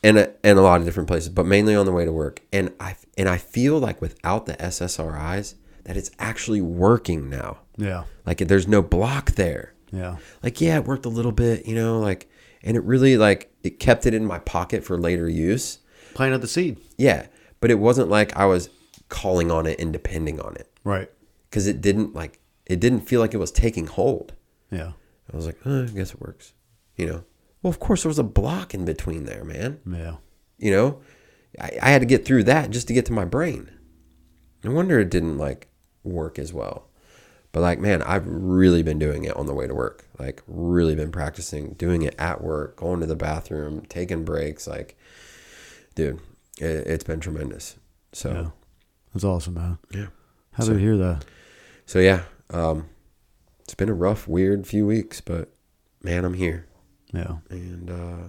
Speaker 4: and a, and a lot of different places but mainly on the way to work and i and i feel like without the ssris that it's actually working now
Speaker 3: yeah.
Speaker 4: like there's no block there
Speaker 3: Yeah.
Speaker 4: like yeah it worked a little bit you know like and it really like it kept it in my pocket for later use
Speaker 3: Planted the seed.
Speaker 4: yeah but it wasn't like i was calling on it and depending on it
Speaker 3: Right.
Speaker 4: because it didn't like it didn't feel like it was taking hold
Speaker 3: Yeah.
Speaker 4: I was like, oh, I guess it works. You know, well, of course, there was a block in between there, man.
Speaker 3: Yeah.
Speaker 4: You know, I, I had to get through that just to get to my brain. No wonder it didn't like work as well. But like, man, I've really been doing it on the way to work. Like, really been practicing doing it at work, going to the bathroom, taking breaks. Like, dude, it, it's been tremendous. So.
Speaker 3: Yeah. That's awesome, man.
Speaker 4: Yeah.
Speaker 3: How did you hear that?
Speaker 4: So yeah, um, it's been a rough, weird few weeks, but man, I'm here
Speaker 3: Yeah.
Speaker 4: and uh,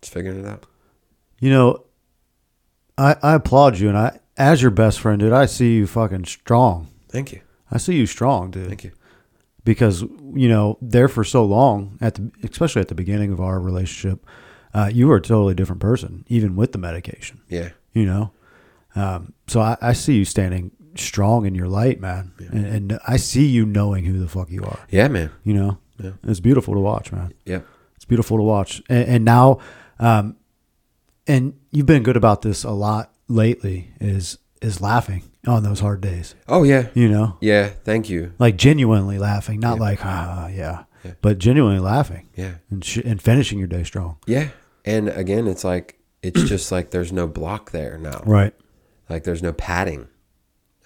Speaker 4: just figuring it out.
Speaker 3: You know, I I applaud you, and I as your best friend, dude. I see you fucking strong.
Speaker 4: Thank you,
Speaker 3: I see you strong, dude.
Speaker 4: thank you.
Speaker 3: Because you know, there for so long, at the especially at the beginning of our relationship, uh, you were a totally different person, even with the medication.
Speaker 4: Yeah,
Speaker 3: You know, um, so I, I see you standing strong in your light, man, and, and I see you knowing who the fuck you are.
Speaker 4: yeah, man.
Speaker 3: You know,
Speaker 4: Yeah.
Speaker 3: it's beautiful to watch, man.
Speaker 4: Yeah,
Speaker 3: It's beautiful to watch. And, and now, um, and you've been good about this a lot lately. Is is laughing on those hard days?
Speaker 4: oh yeah,
Speaker 3: You know,
Speaker 4: yeah. Thank you.
Speaker 3: like genuinely laughing, not like ah yeah, but genuinely laughing
Speaker 4: Yeah,
Speaker 3: and sh- and finishing your day strong.
Speaker 4: yeah. And again, it's like it's just like there's no block there now.
Speaker 3: Right.
Speaker 4: Like there's no padding.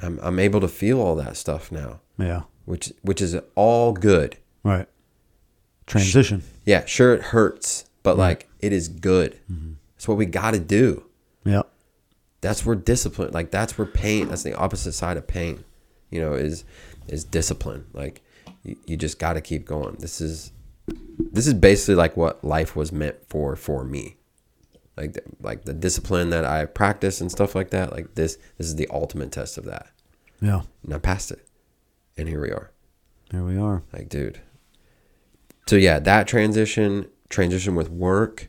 Speaker 4: I'm I'm able to feel all that stuff now,
Speaker 3: Yeah.
Speaker 4: which which is all good.
Speaker 3: Right. Transition.
Speaker 4: Yeah, sure it hurts, but like it is good. It's what we got to do.
Speaker 3: Yeah.
Speaker 4: that's where discipline like that's where pain that's the opposite side of pain you know is is discipline like you, you just got to keep going this is this is basically like what life was meant for for me like the, like the discipline that i practice and stuff like that like this this is the ultimate test of that
Speaker 3: Yeah.
Speaker 4: and i passed it and here we are
Speaker 3: There we are.
Speaker 4: like dude so yeah that transition transition with work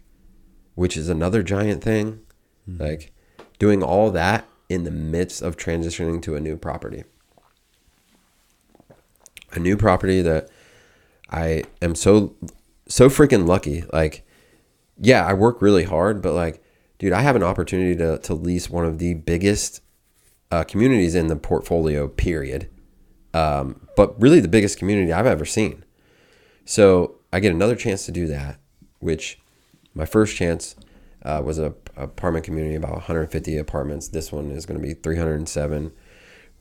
Speaker 4: which is another giant thing like doing all that in the midst of transitioning to a new property a new property that i am so so freaking lucky like yeah i work really hard but like dude i have an opportunity to, to lease one of the biggest uh, communities in the portfolio period um, but really the biggest community I've ever seen. So I get another chance to do that, which my first chance uh, was a a apartment community about 150 apartments. This one is going to be 307.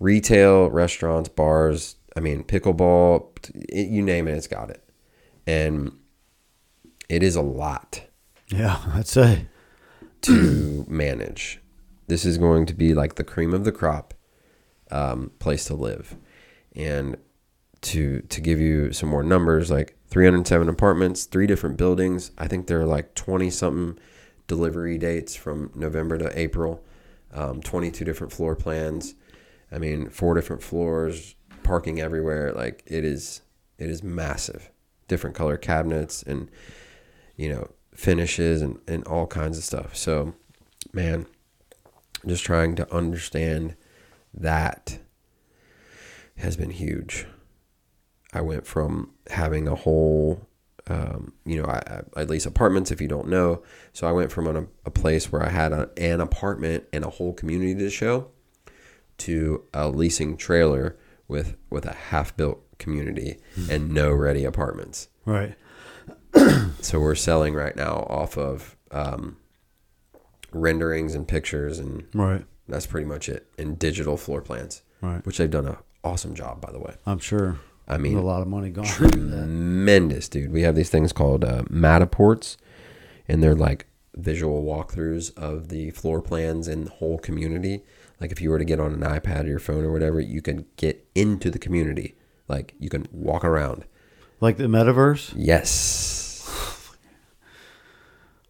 Speaker 4: Retail, restaurants, bars. I mean, pickleball. It, you name it, it's got it, and it is a lot
Speaker 3: Yeah. <laughs> I'd say.
Speaker 4: to manage. This is going to be like the cream of the crop um, place to live. And to to give you some more numbers, like 307 apartments, three different buildings. I think there are like 20 something delivery dates from November to April. Um, 22 different floor plans. I mean, four different floors, parking everywhere. Like it is, it is massive. Different color cabinets and you know finishes and, and all kinds of stuff so man just trying to understand that has been huge i went from having a whole um, you know I, I I lease apartments if you don't know so i went from an, a place where i had a, an apartment and a whole community to show to a leasing trailer with with a half built community and no ready apartments
Speaker 3: Right.
Speaker 4: so we're selling right now off of um, renderings and pictures, and
Speaker 3: Right.
Speaker 4: that's pretty much it. And digital floor plans,
Speaker 3: Right.
Speaker 4: which they've done an awesome job, by the way.
Speaker 3: I'm sure.
Speaker 4: I
Speaker 3: There's
Speaker 4: mean,
Speaker 3: a lot of money gone.
Speaker 4: tremendous, dude. We have these things called uh, Mataports, and they're like visual walkthroughs of the floor plans and the whole community. Like if you were to get on an iPad or your phone or whatever, you could get into the community. Like you can walk around.
Speaker 3: Like the metaverse?
Speaker 4: Yes,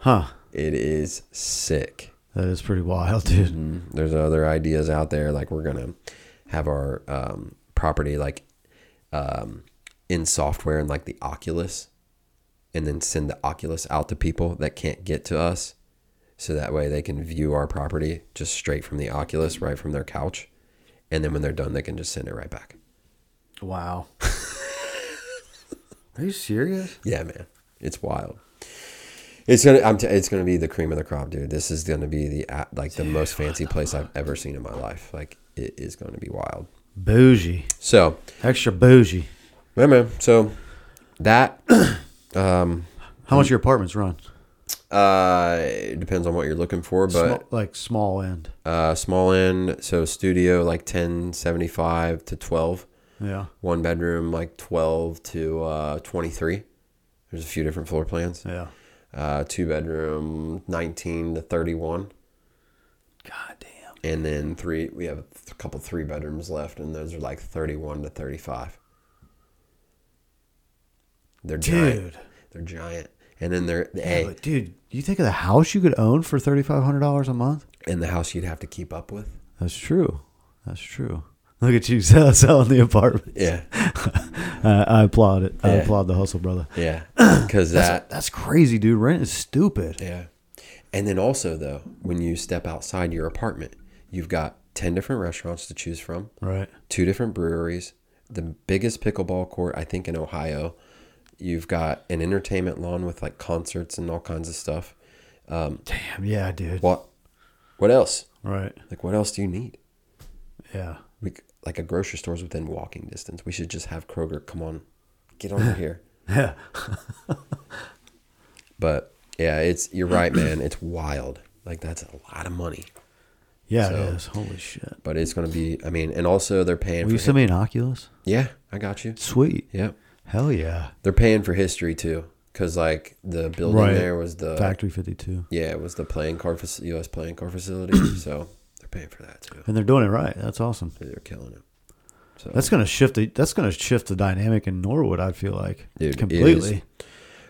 Speaker 3: Huh.
Speaker 4: it is sick.
Speaker 3: That is pretty wild, dude.
Speaker 4: there's other ideas out there like we're gonna have our um, property like um, in software and like the oculus and then send the oculus out to people that can't get to us so that way they can view our property just straight from the oculus right from their couch and then when they're done they can just send it right back <laughs>
Speaker 3: Wow. Are you serious?
Speaker 4: yeah man it's wild it's gonna I'm t- it's gonna be the cream of the crop dude this is gonna be the a- like the most fancy place i've ever seen in my life like it is gonna be wild
Speaker 3: Bougie.
Speaker 4: so
Speaker 3: Extra bougie.
Speaker 4: Yeah, man. So that um,
Speaker 3: <clears throat>
Speaker 4: Mm.
Speaker 3: How much your apartments run?
Speaker 4: Uh, it depends on what you're looking for, but
Speaker 3: Small- like small end.
Speaker 4: uh, small end, so studio like 1075 to 12.
Speaker 3: Yeah.
Speaker 4: One bedroom like 12 to uh, 23. There's a few different floor plans.
Speaker 3: Yeah.
Speaker 4: Uh, two bedroom 19 to 31.
Speaker 3: God damn.
Speaker 4: And then three, we have a th- couple three bedrooms left, and those are like 31 to 35. They're giant.
Speaker 3: Dude.
Speaker 4: They're giant. And then they're,
Speaker 3: Yeah,
Speaker 4: hey,
Speaker 3: but dude, you think of the house you could own for thirty five hundred dollars a month?
Speaker 4: in the house you'd have to keep up with.
Speaker 3: That's true. That's true. Look at you <laughs> sell- selling the apartment.
Speaker 4: Yeah.
Speaker 3: I, I applaud it. I
Speaker 4: Yeah.
Speaker 3: applaud the hustle, brother.
Speaker 4: <clears throat> Yeah. Because that,
Speaker 3: That's crazy, dude. Rent is stupid.
Speaker 4: Yeah. And then also though, when you step outside your apartment, you've got 10 different restaurants to choose from,
Speaker 3: Right.
Speaker 4: two different breweries, the biggest pickleball court I think in Ohio. You've got an entertainment lawn with like concerts and all kinds of stuff.
Speaker 3: Damn. Yeah, dude.
Speaker 4: What what else?
Speaker 3: Right.
Speaker 4: Like what else do you need?
Speaker 3: Yeah.
Speaker 4: We c- like a grocery store's within walking distance. We should just have Kroger come on. Get <laughs> over here.
Speaker 3: <laughs> Yeah.
Speaker 4: But yeah, it's
Speaker 3: <clears throat>
Speaker 4: you're right, man. It's wild. Like that's a lot of money.
Speaker 3: Yeah,
Speaker 4: So-
Speaker 3: it is. Holy shit.
Speaker 4: But it's gonna be I mean, and also they're paying
Speaker 3: Will you
Speaker 4: for
Speaker 3: send me an Oculus?
Speaker 4: Yeah, I got you.
Speaker 3: Sweet.
Speaker 4: Yeah.
Speaker 3: Hell yeah.
Speaker 4: They're paying for history too cuz like the building
Speaker 3: Right.
Speaker 4: there was the
Speaker 3: Factory 52.
Speaker 4: Yeah, it was the playing card fac- US playing card facility, <clears throat> so they're paying for that too.
Speaker 3: And they're doing it right. That's awesome.
Speaker 4: They're killing it. So
Speaker 3: That's gonna shift the that's gonna shift the dynamic in Norwood, I feel like.
Speaker 4: Dude, it
Speaker 3: completely.
Speaker 4: is.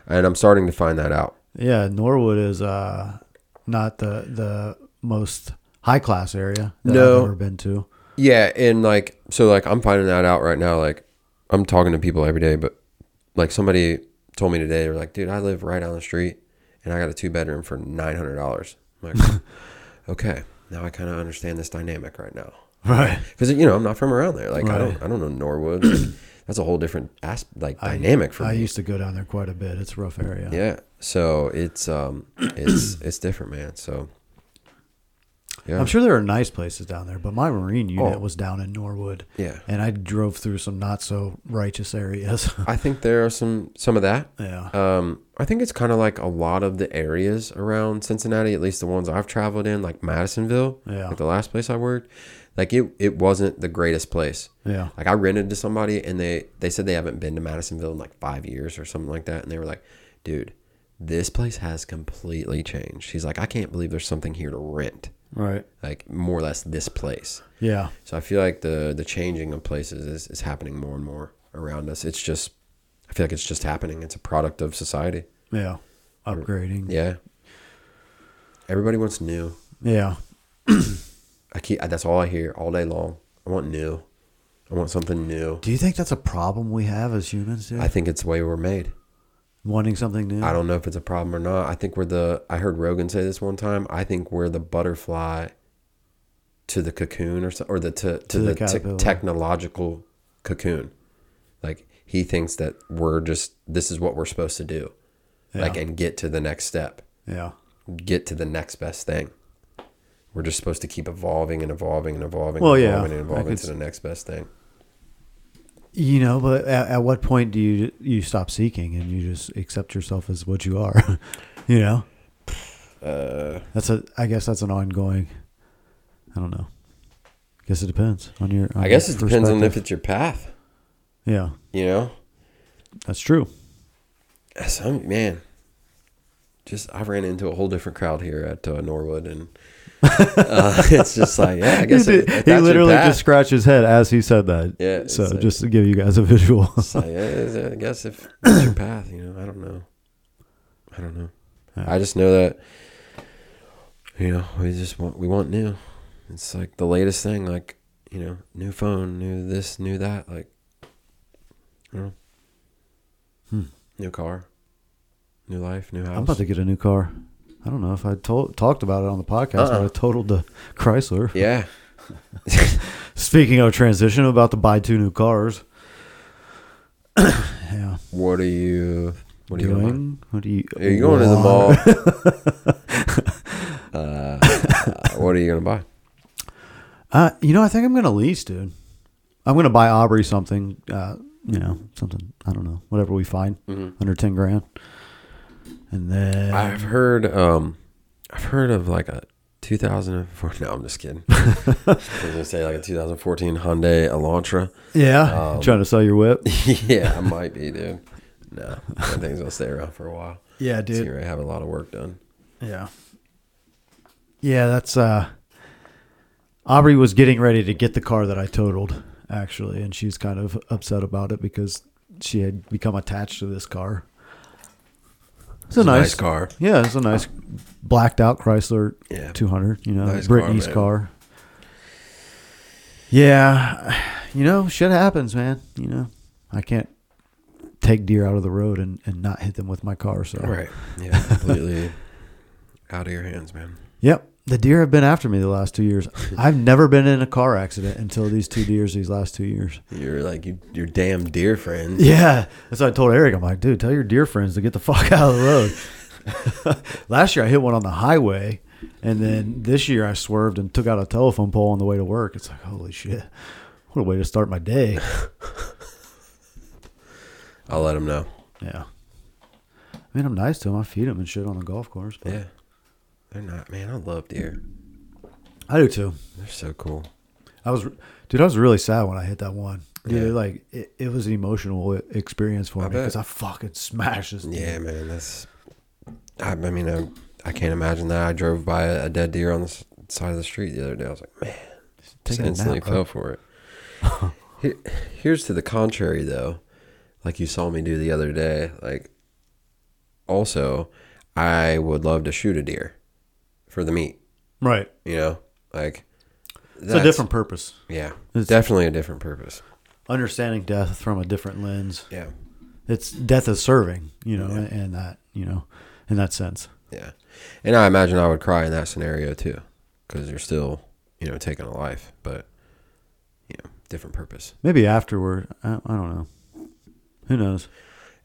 Speaker 4: and I'm starting to find that out.
Speaker 3: Yeah, Norwood is uh not the the most high class area that
Speaker 4: No.
Speaker 3: I've ever been to.
Speaker 4: Yeah, and like so like I'm finding that out right now like I'm talking to people every day but like somebody told me today they're like, "Dude, I live right down the street and I got a two bedroom for $900." I'm
Speaker 3: <laughs>
Speaker 4: like, "Okay, now I kind of understand this dynamic right now."
Speaker 3: Right.
Speaker 4: because you know I'm not from around there. Like I
Speaker 3: Right.
Speaker 4: don't I don't know Norwood. Like, that's a whole different asp- like dynamic for
Speaker 3: I
Speaker 4: me.
Speaker 3: used to go down there quite a bit. It's a rough area.
Speaker 4: yeah, so it's um it's it's different, man. So yeah,
Speaker 3: I'm sure there are nice places down there, but my marine unit
Speaker 4: Oh.
Speaker 3: was down in Norwood.
Speaker 4: Yeah.
Speaker 3: And I drove through some not so righteous areas. <laughs>
Speaker 4: I think there are some some of that.
Speaker 3: yeah.
Speaker 4: Um, I think it's kind of like a lot of the areas around Cincinnati, at least the ones I've traveled in, like Madisonville,
Speaker 3: Yeah.
Speaker 4: like the last place I worked. Like it, it wasn't the greatest place.
Speaker 3: Yeah.
Speaker 4: Like I rented to somebody and they they said they haven't been to Madisonville in like five years or something like that, and they were like, "Dude, this place has completely changed." He's like, "I can't believe there's something here to rent."
Speaker 3: Right.
Speaker 4: Like more or less this place.
Speaker 3: Yeah.
Speaker 4: So I feel like the the changing of places is, is happening more and more around us. It's just I feel like it's just happening. It's a product of society.
Speaker 3: Yeah. Upgrading.
Speaker 4: Yeah. Everybody wants new.
Speaker 3: Yeah.
Speaker 4: I keep that's all I hear all day long. I want new. I want something new.
Speaker 3: Do you think that's a problem we have as humans, dude?
Speaker 4: I think it's the way we're made.
Speaker 3: Wanting something new?
Speaker 4: I don't know if it's a problem or not. I think we're the I heard Rogan say this one time. I think we're the butterfly to the cocoon or so, or the to, to,
Speaker 3: the
Speaker 4: the,
Speaker 3: caterpillar.
Speaker 4: te- technological cocoon. Like he thinks that we're just this is what we're supposed to do. Like
Speaker 3: Yeah.
Speaker 4: and get to the next step.
Speaker 3: yeah.
Speaker 4: Get to the next best thing. We're just supposed to keep evolving and evolving and evolving
Speaker 3: Well,
Speaker 4: and
Speaker 3: yeah.
Speaker 4: evolving and
Speaker 3: I
Speaker 4: evolving
Speaker 3: could
Speaker 4: to the next best thing.
Speaker 3: You know, but at, at what point do you you stop seeking and you just accept yourself as what you are? <laughs> you know, uh, that's a. I guess that's an ongoing. I don't know. I guess it depends on your. on
Speaker 4: I guess
Speaker 3: your
Speaker 4: it depends on if
Speaker 3: perspective.
Speaker 4: it's your path,
Speaker 3: Yeah,
Speaker 4: you know?
Speaker 3: that's true.
Speaker 4: Some man, just I ran into a whole different crowd here at uh, Norwood, and uh, <laughs> it's just like yeah, I guess
Speaker 3: he,
Speaker 4: it,
Speaker 3: did-
Speaker 4: if
Speaker 3: he
Speaker 4: that's your
Speaker 3: literally
Speaker 4: path,
Speaker 3: just scratched his head as he said that.
Speaker 4: Yeah, it's
Speaker 3: So
Speaker 4: like-
Speaker 3: just to give you guys a
Speaker 4: <laughs>
Speaker 3: visual.
Speaker 4: it's like, yeah, it's- I guess if
Speaker 3: <coughs>
Speaker 4: that's your path, you know, I don't know, I don't know. I just know that you know we just want we want new. It's like the latest thing, like you know, new phone, new this, new that, like you know, new car, new life, new house.
Speaker 3: Hmm. I'm about to get a new car. I don't know if I told, talked about it on the podcast, but
Speaker 4: Uh-uh.
Speaker 3: I totaled the Chrysler.
Speaker 4: yeah.
Speaker 3: Speaking of transition, I'm about to buy two new cars. <clears throat> yeah.
Speaker 4: What are you? What are you doing?
Speaker 3: Doing? What do you?
Speaker 4: Are you going to the
Speaker 3: Wow.
Speaker 4: mall? <laughs> uh, what are you gonna buy?
Speaker 3: Uh, you know, I think I'm going to lease, dude. I'm going to buy Aubrey Mm-hmm. something. Uh, you know, something I don't know, whatever we find under ten grand. And then
Speaker 4: I've heard um I've heard of like a 2004 no I'm just kidding I was gonna say like a 2014 Hyundai Elantra <laughs>
Speaker 3: yeah,
Speaker 4: Um,
Speaker 3: trying to sell your whip.
Speaker 4: yeah I might be dude no that thing's gonna stay around for a while
Speaker 3: Yeah,
Speaker 4: it's
Speaker 3: dude.
Speaker 4: gonna have a lot of work done
Speaker 3: Yeah. Yeah, that's uh Aubrey was getting ready to get the car that I totaled, actually, and she's kind of upset about it because she had become attached to this car. It's a,
Speaker 4: It's
Speaker 3: nice,
Speaker 4: car
Speaker 3: Yeah, it's a nice blacked out Chrysler
Speaker 4: Yeah.
Speaker 3: 200, you know,
Speaker 4: Nice car,
Speaker 3: Brittany's
Speaker 4: man.
Speaker 3: car. Yeah, you know, shit happens, man. You know, I can't take deer out of the road and, and not hit them with my car. So,
Speaker 4: right yeah completely out of your hands man
Speaker 3: Yep. The deer have been after me the last two years. I've never been in a car accident until these two deers these last two years.
Speaker 4: you're like you your damn dear friend
Speaker 3: Yeah. That's what I told Eric. I'm like, dude, tell your deer friends to get the <laughs> fuck out of the road. last year I hit one on the highway and then this year I swerved and took out a telephone pole on the way to work. It's like, holy shit. What a way to start my day.
Speaker 4: I'll let him know
Speaker 3: Yeah. I mean, I'm nice to them. I feed them and shit on the golf course. But
Speaker 4: yeah they're not man I love deer
Speaker 3: I do too.
Speaker 4: they're so cool
Speaker 3: I was, dude, I was really sad when I hit that one. Dude,
Speaker 4: Yeah.
Speaker 3: it, like it, it was an emotional e- experience for me
Speaker 4: bet.
Speaker 3: because I fucking smashed this. thing.
Speaker 4: Yeah, man, that's. I, I mean, I, I can't imagine that. I drove by a, a dead deer on the s- side of the street the other day. I was like, man, just
Speaker 3: Taking a
Speaker 4: instantly
Speaker 3: nap,
Speaker 4: fell for it.
Speaker 3: <laughs>
Speaker 4: Here- Here's to the contrary, though. Like you saw me do the other day. Like, also, I would love to shoot a deer for the meat.
Speaker 3: right.
Speaker 4: You know, like that's
Speaker 3: It's a different purpose.
Speaker 4: Yeah,
Speaker 3: it's-
Speaker 4: definitely a different purpose.
Speaker 3: Understanding death from a different lens.
Speaker 4: Yeah.
Speaker 3: It's death is serving, you know, and, and that, you know, in that sense.
Speaker 4: Yeah, and I imagine I would cry in that scenario too, because you're still, you know, taking a life, but you know, different purpose.
Speaker 3: Maybe afterward, I, I don't know. Who knows?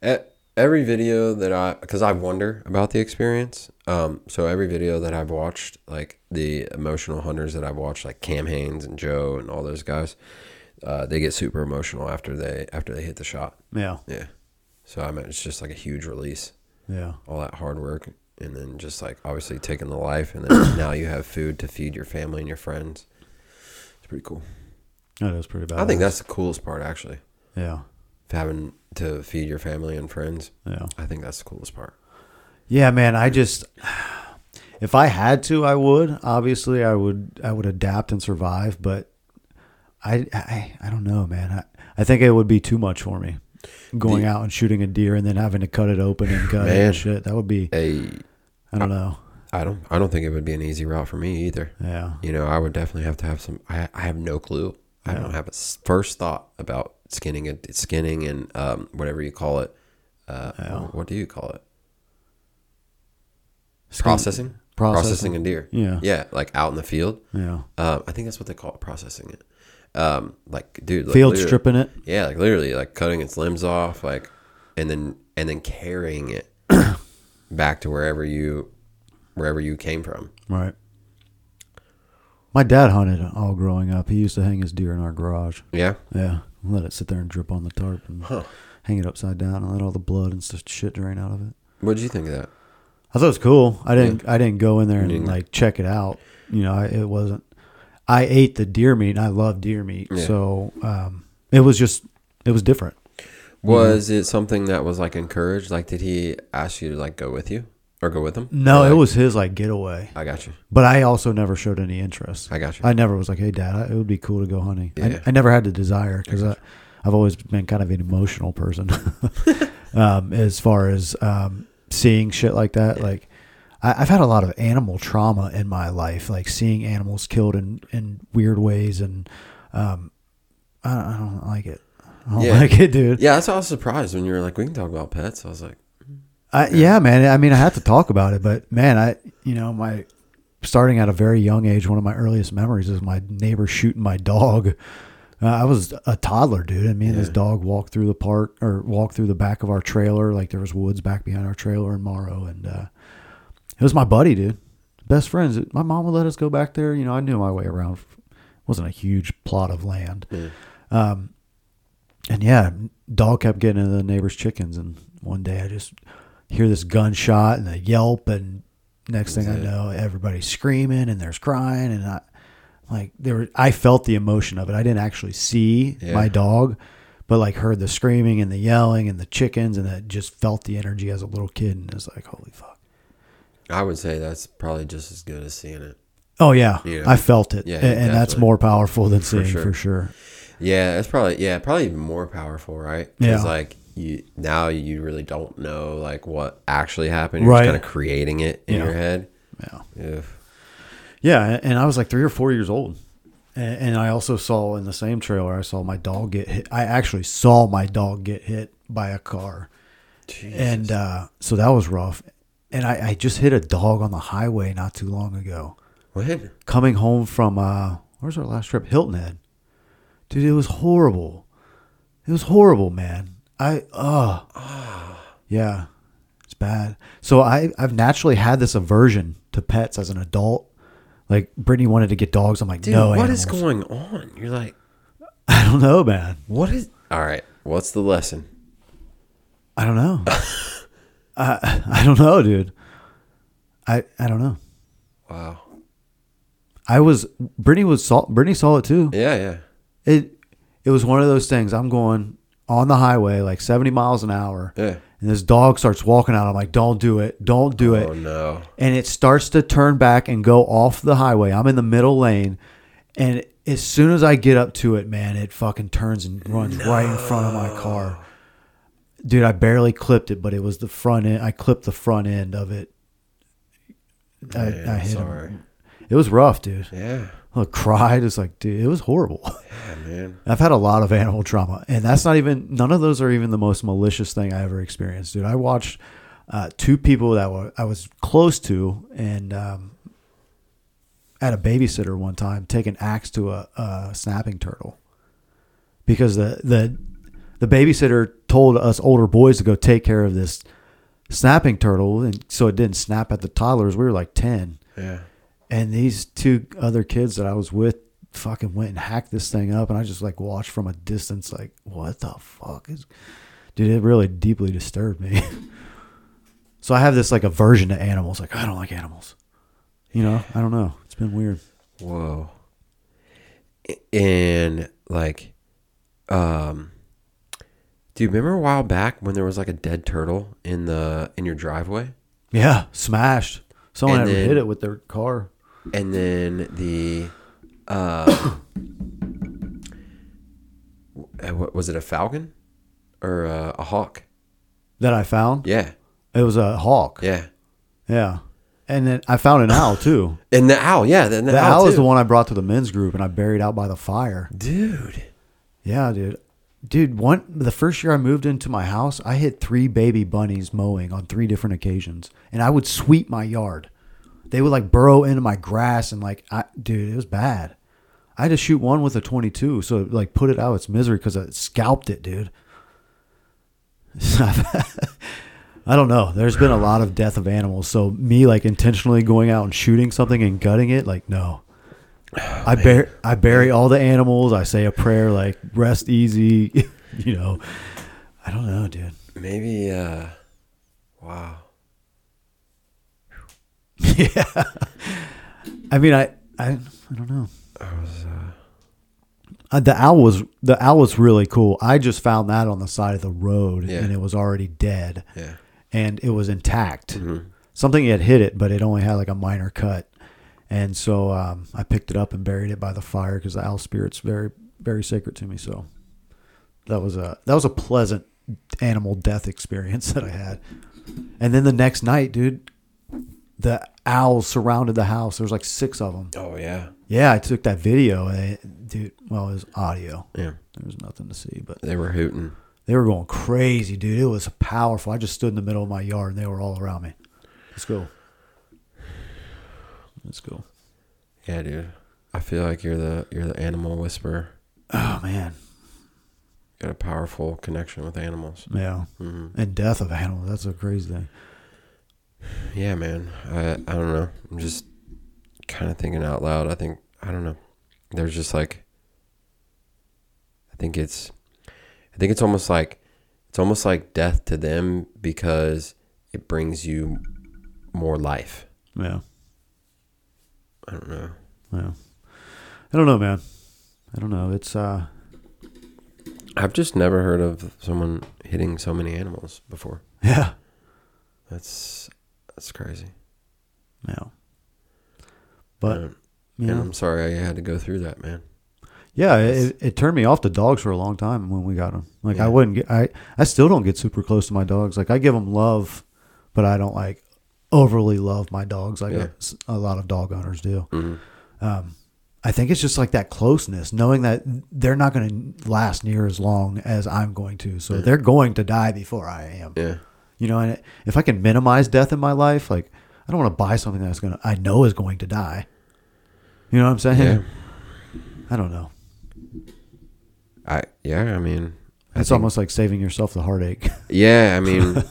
Speaker 4: E- Every video that I, because I wonder about the experience. Um, so every video that I've watched, like the emotional hunters that I've watched, like Cam Haynes and Joe and all those guys, uh, they get super emotional after they after they hit the shot.
Speaker 3: Yeah,
Speaker 4: Yeah, so I mean, it's just like a huge release.
Speaker 3: yeah,
Speaker 4: all that hard work and then just like obviously taking the life and then <coughs> now you have food to feed your family and your friends it's pretty cool
Speaker 3: that is pretty bad.
Speaker 4: i think that's the coolest part actually
Speaker 3: yeah,
Speaker 4: having to feed your family and friends
Speaker 3: yeah.
Speaker 4: i think that's the coolest part
Speaker 3: Yeah, man, I just if I had to, I would. Obviously, I would I would adapt and survive, but I I, I don't know, man. I, I think it would be too much for me. Going out and shooting a deer and then having to cut it open and gut it
Speaker 4: Man.
Speaker 3: and shit. That would be
Speaker 4: hey
Speaker 3: I don't know.
Speaker 4: i don't i don't think it would be an easy route for me either
Speaker 3: Yeah.
Speaker 4: you know i would definitely have to have some i, I have no clue i don't have a s- first thought about skinning it skinning and um, whatever you call it uh, what do you call it processing?
Speaker 3: Processing.
Speaker 4: processing a deer
Speaker 3: Yeah.
Speaker 4: yeah like out in the field
Speaker 3: Yeah.
Speaker 4: Um, I think that's what they call it, processing it. Um, like, dude, like,
Speaker 3: Field
Speaker 4: literally-
Speaker 3: stripping it.
Speaker 4: Yeah, like literally, like cutting its limbs off, like, and then and then
Speaker 3: <coughs>
Speaker 4: carrying it back to wherever you wherever you came from.
Speaker 3: Right. My dad hunted all growing up. He used to hang his deer in our garage.
Speaker 4: Yeah,
Speaker 3: Yeah, let it sit there and drip on the tarp and hang it upside down and let all the blood and stuff shit drain out of it.
Speaker 4: what did you think of that?
Speaker 3: I thought it was cool. I didn't. I didn't go in there and
Speaker 4: didn't-
Speaker 3: like check it out. You know, I, it wasn't. I ate the deer meat. and I love deer meat,
Speaker 4: Yeah.
Speaker 3: so um, it was just it was different.
Speaker 4: Was it something that was like encouraged? Like, did he ask you to like go with you or go with him?
Speaker 3: No,
Speaker 4: Or,
Speaker 3: it
Speaker 4: like,
Speaker 3: was his like getaway,
Speaker 4: I got you.
Speaker 3: but I also never showed any interest.
Speaker 4: I got you.
Speaker 3: I never was like, hey, dad, I, it would be cool to go hunting.
Speaker 4: Yeah.
Speaker 3: I, I never had the desire because I've always been kind of an emotional person <laughs> um, as far as um, seeing shit like that. Like, I, I've had a lot of animal trauma in my life, like seeing animals killed in, in weird ways, and um, I, I don't like it. I don't
Speaker 4: Yeah.
Speaker 3: like it, dude.
Speaker 4: yeah, that's why I was surprised when you were like, we can talk about pets. I was like,
Speaker 3: I, yeah, man. I mean, I have to talk about it, but man, I, you know, my starting at a very young age, one of my earliest memories is my neighbor shooting my dog. Uh, I was a toddler, dude, and me and this dog walked through the park or walked through the back of our trailer. Like there was woods back behind our trailer in Morrow, and uh, it was my buddy, dude, best friends. My mom would let us go back there. You know, I knew my way around. It wasn't a huge plot of land. Um, And yeah, dog kept getting into the neighbor's chickens. And one day I just, hear this gunshot and the yelp, and next thing I
Speaker 4: it.
Speaker 3: know, everybody's screaming and there's crying, and I like there. Were, I felt the emotion of it. I didn't actually see
Speaker 4: Yeah.
Speaker 3: my dog, but like heard the screaming and the yelling and the chickens, and I just felt the energy as a little kid, and it's like holy fuck.
Speaker 4: I would say that's probably just as good as seeing it.
Speaker 3: Oh yeah,
Speaker 4: Yeah.
Speaker 3: I felt it,
Speaker 4: Yeah,
Speaker 3: and, and that's
Speaker 4: definitely.
Speaker 3: more powerful than seeing
Speaker 4: sure.
Speaker 3: for sure.
Speaker 4: Yeah, it's probably yeah, probably even more powerful, right? Because
Speaker 3: Yeah.
Speaker 4: like you now you really don't know like what actually happened. You're
Speaker 3: Right.
Speaker 4: just kind of creating it in
Speaker 3: Yeah.
Speaker 4: your head.
Speaker 3: Yeah.
Speaker 4: Ugh.
Speaker 3: Yeah, a- and I was like three or four years old, and, and I also saw in the same trailer I saw my dog get hit. I actually saw my dog get hit by a car, and uh, so that was rough. And I, I just hit a dog on the highway not too long ago,
Speaker 4: When?
Speaker 3: coming home from uh, where's our last trip? Hilton Head, dude. It was horrible. It was horrible, man. I uh yeah, it's bad. So I I've naturally had this aversion to pets as an adult. Like Brittany wanted to get dogs. I'm like,
Speaker 4: Dude,
Speaker 3: no,
Speaker 4: what
Speaker 3: animals.
Speaker 4: is going on? You're like,
Speaker 3: <laughs> I don't know, man.
Speaker 4: what is all right, what's the lesson?
Speaker 3: I don't
Speaker 4: <laughs>
Speaker 3: know. I I don't know, dude. I I don't know.
Speaker 4: Wow.
Speaker 3: I was Brittany was saw Brittany saw it too.
Speaker 4: Yeah, yeah.
Speaker 3: It it was one of those things. I'm going on the highway like 70 miles an hour,
Speaker 4: Yeah.
Speaker 3: and this dog starts walking out. I'm like, don't do it, don't do it.
Speaker 4: Oh no.
Speaker 3: and it starts to turn back and go off the highway. I'm in the middle lane, and as soon as I get up to it, man, it fucking turns and runs right in front of my car. Dude, I barely clipped it, but it was the front end. I clipped the front end of it. I, I hit him.
Speaker 4: Sorry.
Speaker 3: It was rough, dude.
Speaker 4: Yeah.
Speaker 3: I cried. It's like, dude, it was horrible. <laughs>
Speaker 4: Yeah, man.
Speaker 3: I've had a lot of <laughs> animal trauma, and that's not even none of those are even the most malicious thing I ever experienced, dude. I watched uh, two people that were, I was close to, and um, at a babysitter one time, take an axe to a, a snapping turtle because the the the babysitter told us older boys to go take care of this snapping turtle, and so it didn't snap at the toddlers. We were like ten,
Speaker 4: Yeah.
Speaker 3: and these two other kids that I was with fucking went and hacked this thing up and I just like watched from a distance like what the fuck is dude it really deeply disturbed me <laughs> so I have this like aversion to animals like I don't like animals you know I don't know it's been weird
Speaker 4: Whoa. And like, um, do you remember a while back when there was like a dead turtle in the in your driveway,
Speaker 3: yeah smashed someone
Speaker 4: And
Speaker 3: had
Speaker 4: then-
Speaker 3: hit it with their car
Speaker 4: and then the, um, <coughs> uh, uh, what was it? A falcon or uh, a hawk?
Speaker 3: that I found
Speaker 4: Yeah,
Speaker 3: it was a hawk yeah.
Speaker 4: yeah.
Speaker 3: and then I found an owl too
Speaker 4: And the owl, yeah. Then the,
Speaker 3: the
Speaker 4: owl,
Speaker 3: owl is
Speaker 4: too.
Speaker 3: the one I brought to the men's group and I buried out by the fire
Speaker 4: dude.
Speaker 3: Yeah, dude. Dude, one the first year I moved into my house, I hit three baby bunnies mowing on three different occasions, and I would sweep my yard. They would like burrow into my grass and like, I, dude, it was bad. I had to shoot one with a twenty-two, so it, like put it out of its misery because I scalped it, dude. <laughs> I don't know. There's been a lot of death of animals, so me like intentionally going out and shooting something and gutting it, like no. I bury I bury all the animals. I say a prayer like rest easy, <laughs> you know. I don't know, dude.
Speaker 4: Maybe. uh Wow.
Speaker 3: I mean, I I, I don't know. Uh, the owl was the owl was really cool. I just found that on the side of the road,
Speaker 4: Yeah.
Speaker 3: and it was already dead,
Speaker 4: Yeah.
Speaker 3: and it was intact. Something had hit it, but it only had like a minor cut, and so um, I picked it up and buried it by the fire because the owl spirit's very very sacred to me. So that was a that was a pleasant animal death experience <laughs> that I had. And then the next night, dude, the owls surrounded the house. There was like six of them.
Speaker 4: Oh yeah.
Speaker 3: Yeah, I took that video. And it, dude, well, it was audio.
Speaker 4: Yeah.
Speaker 3: There was nothing to see, but
Speaker 4: They were hooting.
Speaker 3: they were going crazy, dude. It was powerful. I just stood in the middle of my yard, and they were all around me. Let's go. Let's go.
Speaker 4: Yeah, dude. I feel like you're the you're the animal whisperer.
Speaker 3: Oh man,
Speaker 4: got a powerful connection with animals.
Speaker 3: yeah. And death of animals. That's a crazy thing.
Speaker 4: Yeah, man. I I don't know. I'm just kind of thinking out loud. I think I don't know. There's just like I think it's I think it's almost like it's almost like death to them because it brings you more life.
Speaker 3: Yeah.
Speaker 4: I don't know.
Speaker 3: Yeah. I don't know, man. I don't know. It's uh <laughs>
Speaker 4: I've just never heard of someone hitting so many animals before.
Speaker 3: yeah.
Speaker 4: That's that's crazy.
Speaker 3: Yeah. But
Speaker 4: Um,
Speaker 3: you
Speaker 4: And
Speaker 3: know,
Speaker 4: I'm sorry I had to go through that, man.
Speaker 3: yeah, it, it turned me off the dogs for a long time when we got them. Like
Speaker 4: Yeah.
Speaker 3: I wouldn't get I I still don't get super close to my dogs. Like I give them love, but I don't like overly love my dogs like
Speaker 4: Yeah. Mm-hmm.
Speaker 3: a, a lot of dog owners do. Um I think it's just like that closeness, knowing that they're not going to last near as long as I'm going to. So they're going to die before I am.
Speaker 4: Yeah.
Speaker 3: You know, and if I can minimize death in my life, like I don't want to buy something that's gonna I know is going to die. You know what I'm saying?
Speaker 4: Yeah.
Speaker 3: <laughs> I don't know.
Speaker 4: I yeah, I mean I
Speaker 3: It's
Speaker 4: think-
Speaker 3: almost like saving yourself the heartache. <laughs>
Speaker 4: Yeah, I mean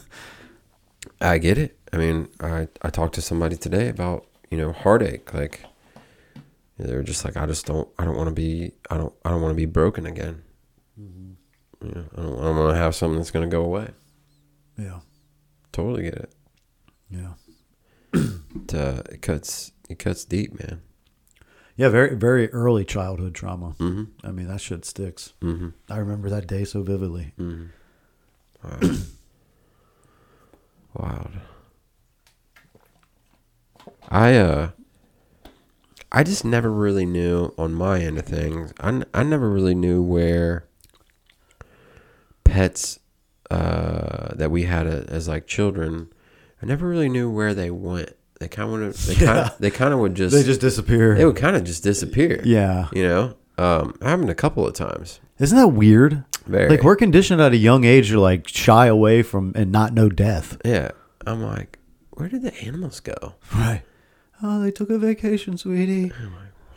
Speaker 4: I get it. I mean, I I talked to somebody today about, you know, heartache. Like they were just like, I just don't I don't wanna be I don't I don't wanna be broken again. You know, I don't I don't wanna have something that's gonna go away.
Speaker 3: yeah.
Speaker 4: Totally get it.
Speaker 3: Yeah.
Speaker 4: It, uh, it cuts it cuts deep, man.
Speaker 3: Yeah, very very early childhood trauma.
Speaker 4: hmm
Speaker 3: I mean that shit sticks.
Speaker 4: hmm
Speaker 3: I remember that day so vividly.
Speaker 4: hmm Wild. I uh, I just never really knew on my end of things. I, n- I never really knew where pets uh that we had a, as like children. I never really knew where they went. They kind of they kind
Speaker 3: <laughs>
Speaker 4: of
Speaker 3: Yeah.
Speaker 4: they kind of would just
Speaker 3: They just disappear.
Speaker 4: they would kind of just disappear.
Speaker 3: yeah.
Speaker 4: you know, um, happened a couple of times.
Speaker 3: Isn't that weird?
Speaker 4: Very.
Speaker 3: Like we're conditioned at a young age to like shy away from and not know death.
Speaker 4: Yeah. I'm like, where did the animals go?
Speaker 3: Right. Oh, they took a vacation, sweetie.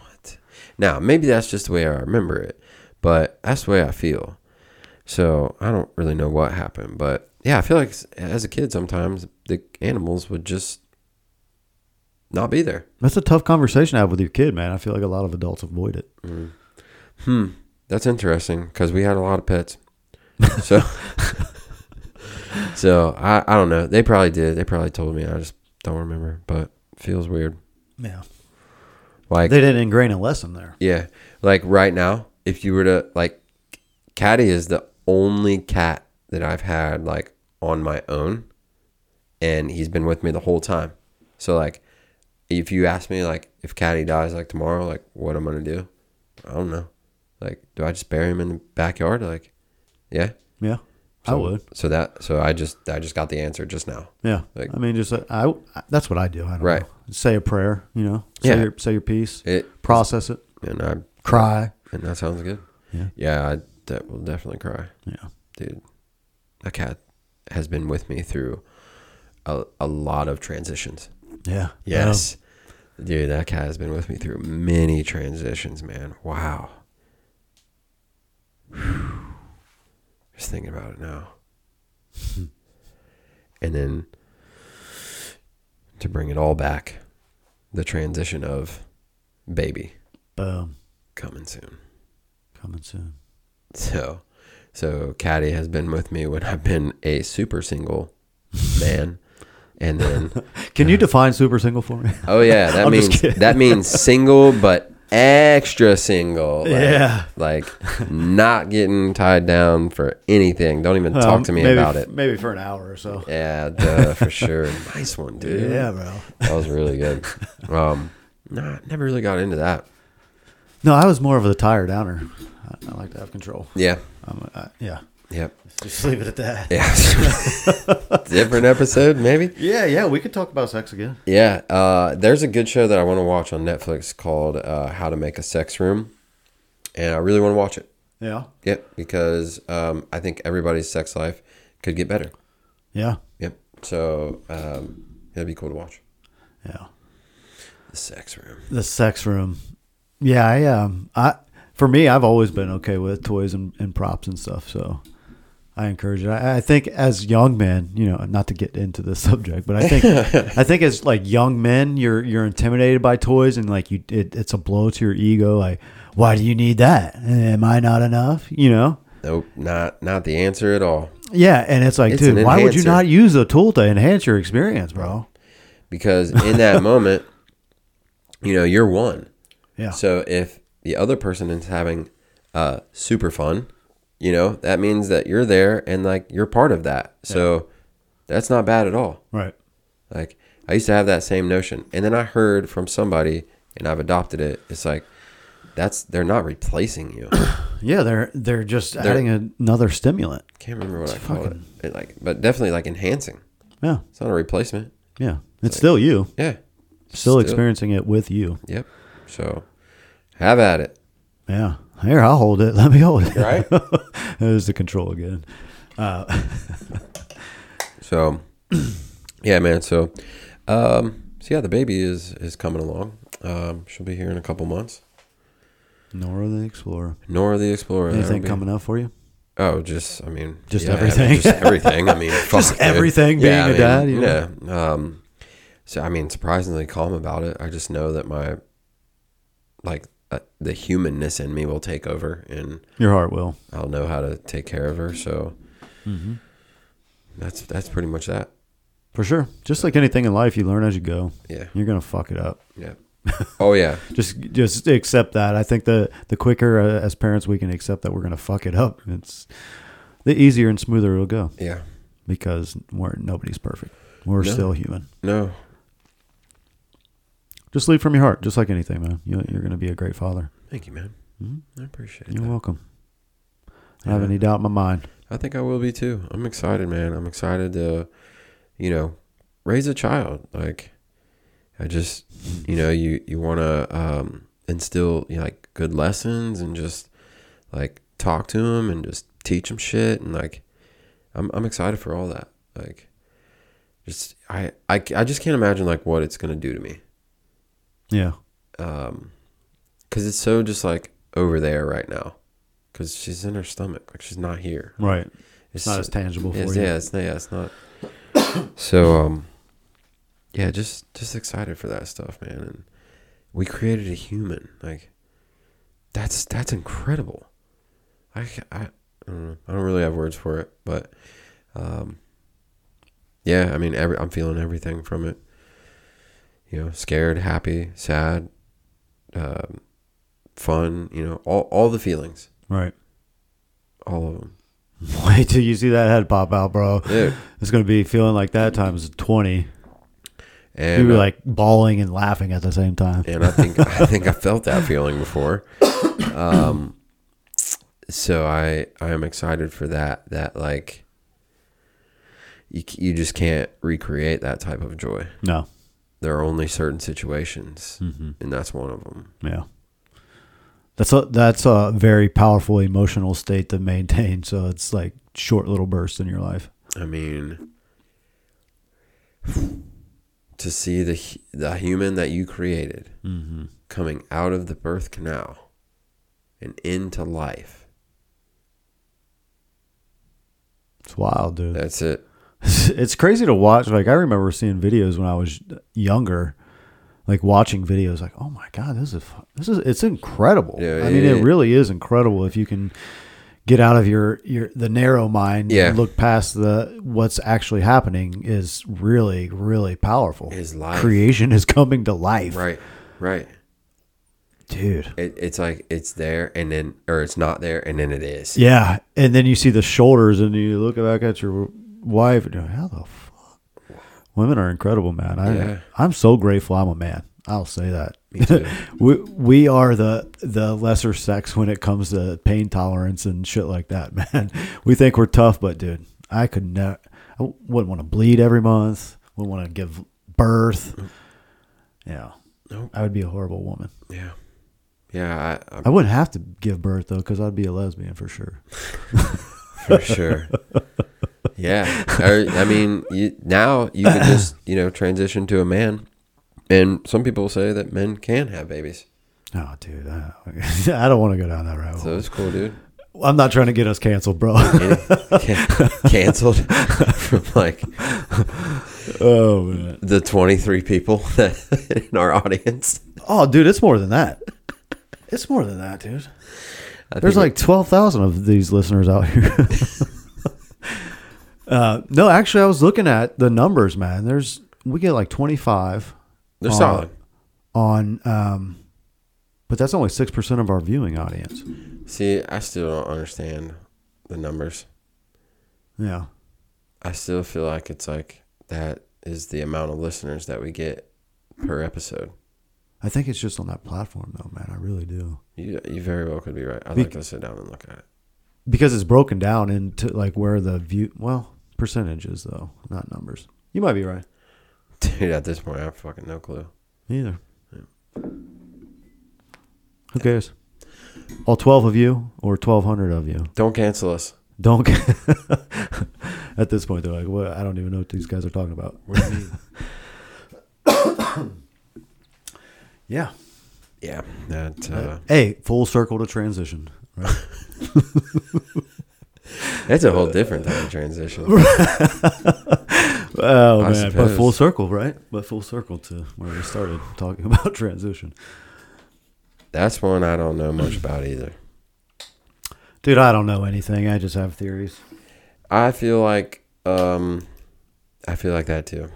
Speaker 4: What? Now, maybe that's just the way I remember it, but that's the way I feel. So I don't really know what happened, but yeah, I feel like s- as a kid, sometimes the animals would just not be there.
Speaker 3: That's a tough conversation to have with your kid, man. I feel like a lot of adults avoid it.
Speaker 4: Hmm. That's interesting because we had a lot of pets. So, <laughs> so I, I don't know. They probably did. They probably told me. I just don't remember, but feels weird.
Speaker 3: Yeah.
Speaker 4: Like,
Speaker 3: They didn't ingrain a lesson there.
Speaker 4: Yeah. Like right now, if you were to like Caddy is the only cat that I've had like on my own and he's been with me the whole time. So like if you ask me like if Caddy dies like tomorrow, like what I'm gonna do, I don't know. Like, do I just bury him in the backyard? Like yeah.
Speaker 3: Yeah. I
Speaker 4: So-
Speaker 3: would.
Speaker 4: So that so I just I just got the answer just now.
Speaker 3: Yeah.
Speaker 4: Like-
Speaker 3: I mean, just uh, I, I- That's what I do. I don't
Speaker 4: Right.
Speaker 3: know. Say a prayer. You know. Say
Speaker 4: Yeah.
Speaker 3: Your, say your piece.
Speaker 4: It
Speaker 3: process it.
Speaker 4: and I
Speaker 3: Cry.
Speaker 4: and that sounds good.
Speaker 3: Yeah.
Speaker 4: Yeah, I that will definitely cry.
Speaker 3: Yeah.
Speaker 4: dude, a cat has been with me through a, a lot of transitions.
Speaker 3: Yeah.
Speaker 4: Yes. Dude, that cat has been with me through many transitions, man. Wow. <sighs> Whew. Just thinking about it now. and then to bring it all back, the transition of baby
Speaker 3: Yeah. Boom.
Speaker 4: coming soon.
Speaker 3: Coming soon.
Speaker 4: So, so Caddy has been with me when I've been a super single man,
Speaker 3: <laughs>
Speaker 4: and then
Speaker 3: Can you define super single for me?
Speaker 4: oh yeah, that
Speaker 3: I'm just
Speaker 4: means
Speaker 3: kidding.
Speaker 4: that means single but extra single.
Speaker 3: <laughs>
Speaker 4: Like,
Speaker 3: Yeah.
Speaker 4: like not getting tied down for anything. Don't even talk
Speaker 3: Um,
Speaker 4: to me
Speaker 3: maybe
Speaker 4: about
Speaker 3: f-
Speaker 4: it.
Speaker 3: Maybe for an hour or so.
Speaker 4: Yeah, duh, for sure. <laughs> Nice one, dude.
Speaker 3: Yeah, bro.
Speaker 4: that was really good. Um, nah, never really got into that.
Speaker 3: No, I was more of a tire downer. I, I like to have control.
Speaker 4: Yeah,
Speaker 3: Um, I, yeah.
Speaker 4: yep,
Speaker 3: Just leave it at that.
Speaker 4: yeah. <laughs> Different episode, maybe.
Speaker 3: Yeah, yeah. We could talk about sex again.
Speaker 4: Yeah, uh, there's a good show that I want to watch on Netflix called uh, "How to Make a Sex Room," and I really want to watch it.
Speaker 3: Yeah.
Speaker 4: Yep, because um, I think everybody's sex life could get better.
Speaker 3: Yeah.
Speaker 4: Yep, so um, it'd be cool to watch
Speaker 3: Yeah.
Speaker 4: the sex room.
Speaker 3: The sex room. Yeah, I um I for me I've always been okay with toys and, and props and stuff, so I encourage it. I, I think as young men, you know, not to get into the <laughs> subject, but I think I think as like young men, you're you're intimidated by toys and like you it, it's a blow to your ego. Like, why do you need that? Am I not enough? You know?
Speaker 4: Nope, not not the answer at all.
Speaker 3: Yeah, and it's like,
Speaker 4: It's
Speaker 3: dude,
Speaker 4: an
Speaker 3: why would you
Speaker 4: enhancer.
Speaker 3: not use a tool to enhance your experience, bro?
Speaker 4: because in that moment, you know, you're one.
Speaker 3: Yeah.
Speaker 4: So if the other person is having uh, super fun, you know, that means that you're there and like you're part of that. So that's not bad at all.
Speaker 3: Right.
Speaker 4: Like I used to have that same notion, and then I heard from somebody, and I've adopted it. It's like that's they're not replacing you. <coughs>
Speaker 3: Yeah, they're they're just adding another stimulant.
Speaker 4: Can't remember what I called it. it. Like, but definitely like enhancing.
Speaker 3: Yeah.
Speaker 4: It's not a replacement.
Speaker 3: Yeah. It's still you.
Speaker 4: Yeah.
Speaker 3: Still, experiencing it with you.
Speaker 4: Yep. So have at it.
Speaker 3: Yeah. Here, I'll hold it. <laughs> Let me hold it.
Speaker 4: <laughs> Right.
Speaker 3: There's the control again.
Speaker 4: So, <clears throat> yeah, man. So, um, so yeah, the baby is is coming along. Um, she'll be here in a couple months.
Speaker 3: Nora the Explorer.
Speaker 4: Nora the Explorer. that'll
Speaker 3: Anything
Speaker 4: be-
Speaker 3: coming up for you?
Speaker 4: Oh, just I mean,
Speaker 3: Just
Speaker 4: yeah, I mean,
Speaker 3: everything.
Speaker 4: just everything.
Speaker 3: <laughs>
Speaker 4: I mean,
Speaker 3: Just
Speaker 4: fuck, dude.
Speaker 3: everything being
Speaker 4: I
Speaker 3: a
Speaker 4: mean,
Speaker 3: dad, you
Speaker 4: Yeah. Um, so I mean, surprisingly calm about it. I just know that my like uh, the humanness in me will take over, and
Speaker 3: Your heart will.
Speaker 4: I'll know how to take care of her. So
Speaker 3: Mm-hmm.
Speaker 4: that's that's pretty much that.
Speaker 3: For sure. Just like anything in life, you learn as you go.
Speaker 4: Yeah.
Speaker 3: You're gonna fuck it up.
Speaker 4: Yeah. Oh yeah.
Speaker 3: Just just accept that. I think the the quicker uh, as parents we can accept that we're gonna fuck it up, it's the easier and smoother it'll go
Speaker 4: Yeah.
Speaker 3: because we're nobody's perfect. We're
Speaker 4: No.
Speaker 3: still human.
Speaker 4: No.
Speaker 3: Just lead from your heart, just like anything, man. You, you're gonna be a great father.
Speaker 4: Thank you, man. I appreciate it.
Speaker 3: You're welcome. I don't have any doubt in my mind.
Speaker 4: I think I will be too. I'm excited, man. I'm excited to, you know, raise a child. Like, I just, you know, you you want to um, instill you know, like good lessons and just like talk to them and just teach them shit and like, I'm I'm excited for all that. Like, just I I c- I just can't imagine like what it's gonna do to me
Speaker 3: Yeah.
Speaker 4: because um, it's so just like over there right now because she's in her stomach like she's not here.
Speaker 3: Right.
Speaker 4: It's
Speaker 3: not as tangible for
Speaker 4: it's-
Speaker 3: you.
Speaker 4: Yeah, it's not. Yeah, it's not.
Speaker 3: <coughs>
Speaker 4: so, um, yeah, just just excited for that stuff, man. And we created a human. Like, that's that's incredible. I ca- I, I don't know. I don't really have words for it, but, um, yeah. I mean, every I'm feeling everything from it. You know, scared, happy, sad, um, fun. You know, all all the feelings,
Speaker 3: Right.
Speaker 4: all of them.
Speaker 3: <laughs> Wait till you see that head pop out, bro.
Speaker 4: Dude.
Speaker 3: It's gonna be feeling like that times twenty.
Speaker 4: And
Speaker 3: You were
Speaker 4: uh,
Speaker 3: like bawling and laughing at the same time.
Speaker 4: and I think I think I felt that feeling before. Um, so I I am excited for that. That like you c- you just can't recreate that type of joy.
Speaker 3: No.
Speaker 4: There are only certain situations, and that's one of them.
Speaker 3: Yeah. That's a that's a very powerful emotional state to maintain. So it's like short little bursts in your life.
Speaker 4: I mean, to see the hu- the human that you created coming out of the birth canal and into life.
Speaker 3: It's wild, dude.
Speaker 4: That's it.
Speaker 3: it's crazy to watch. Like I remember seeing videos when I was younger, like watching videos. Like, oh my god, this is fu- this is it's incredible.
Speaker 4: Yeah,
Speaker 3: I mean,
Speaker 4: yeah,
Speaker 3: it
Speaker 4: yeah.
Speaker 3: really is incredible if you can get out of your your the narrow mind.
Speaker 4: Yeah.
Speaker 3: and look past the what's actually happening is really really powerful.
Speaker 4: Is life.
Speaker 3: creation is coming to life,
Speaker 4: Right. Right.
Speaker 3: dude?
Speaker 4: it, it's like it's there and then or it's not there and then it is
Speaker 3: Yeah, and then you see the shoulders, and you look back at your wife, and you're like, how the fuck? Women are incredible, man. I,
Speaker 4: Yeah.
Speaker 3: I'm so grateful I'm a man. I'll say that.
Speaker 4: too.
Speaker 3: <laughs> we we are the the lesser sex when it comes to pain tolerance and shit like that, <laughs> man. We think we're tough, but dude, I could never. I wouldn't want to bleed every month. Wouldn't want to give birth. Yeah,
Speaker 4: Nope.
Speaker 3: I would be a horrible woman.
Speaker 4: yeah yeah I,
Speaker 3: I wouldn't have to give birth though, because I'd be a lesbian for sure.
Speaker 4: I'm for
Speaker 3: <laughs>
Speaker 4: sure yeah or, i mean you, now you can just you know transition to a man and some people say that men can have babies
Speaker 3: No, dude, I, I don't <laughs> want to go down that road.
Speaker 4: so it's cool dude
Speaker 3: I'm not trying to get us canceled, bro. <laughs>
Speaker 4: Any- can- canceled from like
Speaker 3: oh man.
Speaker 4: the 23 people <laughs> that in our audience
Speaker 3: Oh, dude, it's more than that. It's more than that, dude.
Speaker 4: I
Speaker 3: There's
Speaker 4: think-
Speaker 3: like twelve thousand of these listeners out here. <laughs> Uh, no, actually, I was looking at the numbers, man. There's we get like 25
Speaker 4: They're solid.
Speaker 3: on, um, but that's only six percent of our viewing audience.
Speaker 4: See, I still don't understand the numbers.
Speaker 3: Yeah,
Speaker 4: I still feel like it's like that is the amount of listeners that we get per episode.
Speaker 3: I think it's just on that platform, though, man. I really do
Speaker 4: You you very well could be right. I'd like to sit down and look at it. <laughs>
Speaker 3: because it's broken down into like where the view, well, percentages though, not numbers. You might be right.
Speaker 4: Dude, at this point, I have fucking no clue.
Speaker 3: Me Either. Who cares? All 12 of you or 1,200 of you.
Speaker 4: Don't cancel us.
Speaker 3: Don't. <laughs> At this point, they're like, well, I don't even know what these guys are talking about. <coughs> yeah.
Speaker 4: Yeah, that. Uh,
Speaker 3: Hey, full circle to transition.
Speaker 4: <laughs>
Speaker 3: Right?
Speaker 4: that's a
Speaker 3: <laughs>
Speaker 4: whole different type of transition.
Speaker 3: Oh,
Speaker 4: I
Speaker 3: man. But
Speaker 4: suppose.
Speaker 3: full circle, right? But full circle to where we started talking <laughs> about transition.
Speaker 4: That's one I don't know much about either.
Speaker 3: Dude, I don't know anything. I just have theories.
Speaker 4: I feel like, um, I feel like that too.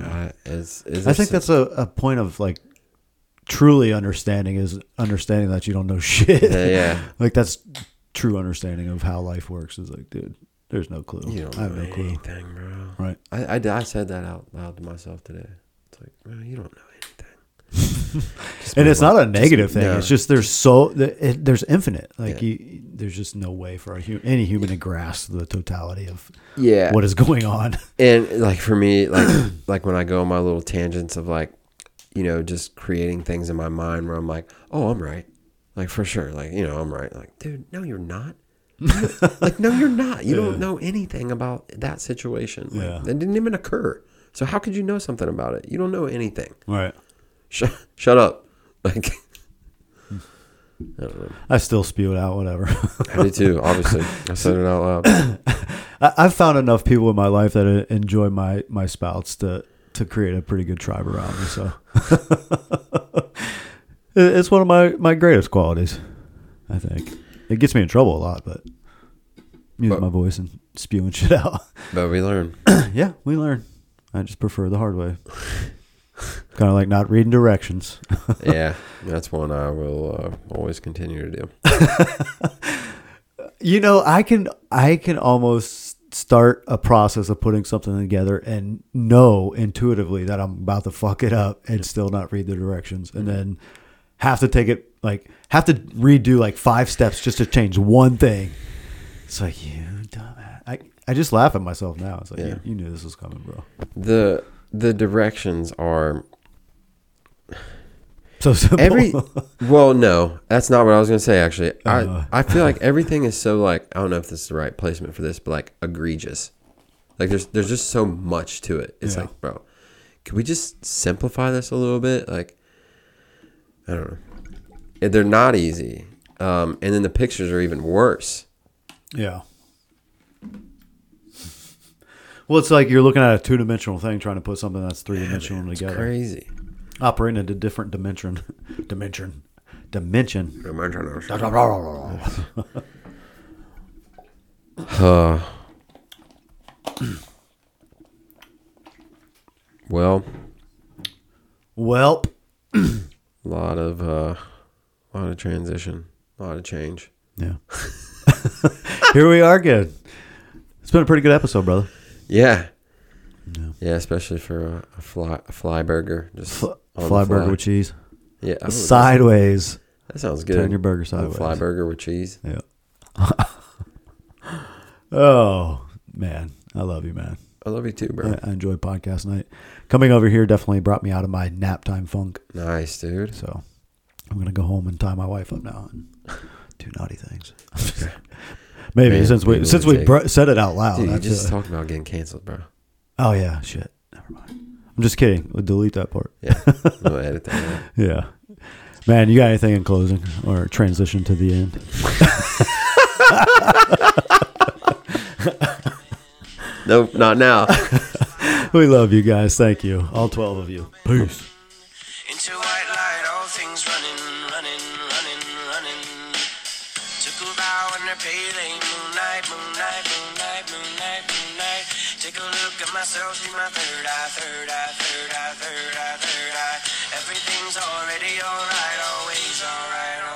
Speaker 4: I, is, is
Speaker 3: I
Speaker 4: this-
Speaker 3: think that's a, a point of like truly understanding is understanding that you don't know <laughs> shit. <laughs>
Speaker 4: Yeah, yeah.
Speaker 3: like that's true understanding of how life works is like, dude, there's no clue.
Speaker 4: You don't
Speaker 3: I have
Speaker 4: know
Speaker 3: no clue.
Speaker 4: anything, bro.
Speaker 3: Right.
Speaker 4: I, I, d- I said that out loud to myself today. It's like, man, you don't know anything.
Speaker 3: And it's not a negative thing.
Speaker 4: no.
Speaker 3: It's just there's so th- it, there's infinite. Like
Speaker 4: Yeah.
Speaker 3: you, there's just no way for a hu- any human to grasp the totality of
Speaker 4: Yeah.
Speaker 3: what is going on. <laughs>
Speaker 4: and like for
Speaker 3: <clears throat>
Speaker 4: me like like when i go on my little tangents of like you know just creating things in my mind where i'm like oh i'm right like for sure like you know i'm right like dude no you're
Speaker 3: <laughs>
Speaker 4: not like no you're not you don't know anything about that situation like,
Speaker 3: Yeah.
Speaker 4: that didn't even occur so how could you know something about it you don't know anything <laughs>
Speaker 3: Right.
Speaker 4: Sh- shut up like <laughs> I don't know.
Speaker 3: I still spew it out. Whatever. <laughs>
Speaker 4: I do too, obviously. I said it out
Speaker 3: <coughs>
Speaker 4: loud.
Speaker 3: I, I've found enough people in my life that uh, enjoy my my spouts to to create a pretty good tribe around me. So <laughs> It- it's one of my my greatest qualities. I think it gets me in trouble a lot, but using
Speaker 4: But-
Speaker 3: my voice and spewing <laughs> shit out.
Speaker 4: But we learn.
Speaker 3: yeah, we learn. I just prefer the hard way. kind of like not reading directions.
Speaker 4: Yeah. That's one I will uh, always continue to do.
Speaker 3: You know, I can I can almost start a process of putting something together and know intuitively that I'm about to fuck it up and still not read the directions and
Speaker 4: Mm-hmm.
Speaker 3: then have to take it like have to redo like five steps just to change one thing. It's like you dumbass. I I just laugh at myself now. It's like
Speaker 4: Yeah.
Speaker 3: you, you knew this was coming, bro. <laughs>
Speaker 4: the the directions are
Speaker 3: So simple.
Speaker 4: every well no that's not what i was gonna say actually
Speaker 3: Uh.
Speaker 4: i i feel like everything is so like i don't know if this is the right placement for this but like egregious like there's there's just so much to it it's
Speaker 3: Yeah.
Speaker 4: like bro can we just simplify this a little bit like i don't know Yeah, they're not easy um and then the pictures are even worse
Speaker 3: <laughs> Yeah. Well, it's like you're looking at a two dimensional thing trying to put something that's three dimensional together.
Speaker 4: crazy
Speaker 3: operating at a different dimension. <laughs> dimension. Dimension.
Speaker 4: Uh, <clears throat> well
Speaker 3: Welp.
Speaker 4: a lot of uh a lot of transition a lot of change
Speaker 3: Yeah. <laughs> Here we are again. It's been a pretty good episode, brother.
Speaker 4: Yeah. Yeah, especially for a, a fly a fly burger. Just
Speaker 3: Fl-
Speaker 4: on Oh, the
Speaker 3: fly
Speaker 4: fly.
Speaker 3: burger with cheese.
Speaker 4: yeah, oh,
Speaker 3: Sideways.
Speaker 4: That sounds good.
Speaker 3: Turn your burger
Speaker 4: Little Fly
Speaker 3: sideways.
Speaker 4: burger with cheese.
Speaker 3: Yeah. <laughs> oh, man. I love you, man.
Speaker 4: I love you too, bro.
Speaker 3: I, I enjoy podcast night. Coming over here definitely brought me out of my nap time funk.
Speaker 4: Nice, dude.
Speaker 3: So I'm gonna go home and tie my wife up now and do naughty things. <laughs> Maybe
Speaker 4: Man,
Speaker 3: since we
Speaker 4: people
Speaker 3: since
Speaker 4: would
Speaker 3: we
Speaker 4: take-
Speaker 3: br- said it out loud.
Speaker 4: Dude, you
Speaker 3: Oh, that's
Speaker 4: just
Speaker 3: a-
Speaker 4: talked about getting
Speaker 3: <laughs>
Speaker 4: canceled, bro.
Speaker 3: oh yeah, shit. Never mind. I'm just kidding. We'll delete that part.
Speaker 4: Yeah, I'm gonna edit that. out.
Speaker 3: Yeah, man. You got anything in closing or transition to the end? <laughs>
Speaker 4: Nope, not now.
Speaker 3: We love you guys. Thank you, all twelve of you. Peace.
Speaker 1: Into white light, all things running, running, running, running. Took a bow under pale moonlight, moonlight, moonlight, moonlight, moonlight. Take a look at myself through my third eye, third eye, third eye, third eye, third eye. Everything's already alright, always alright, alright.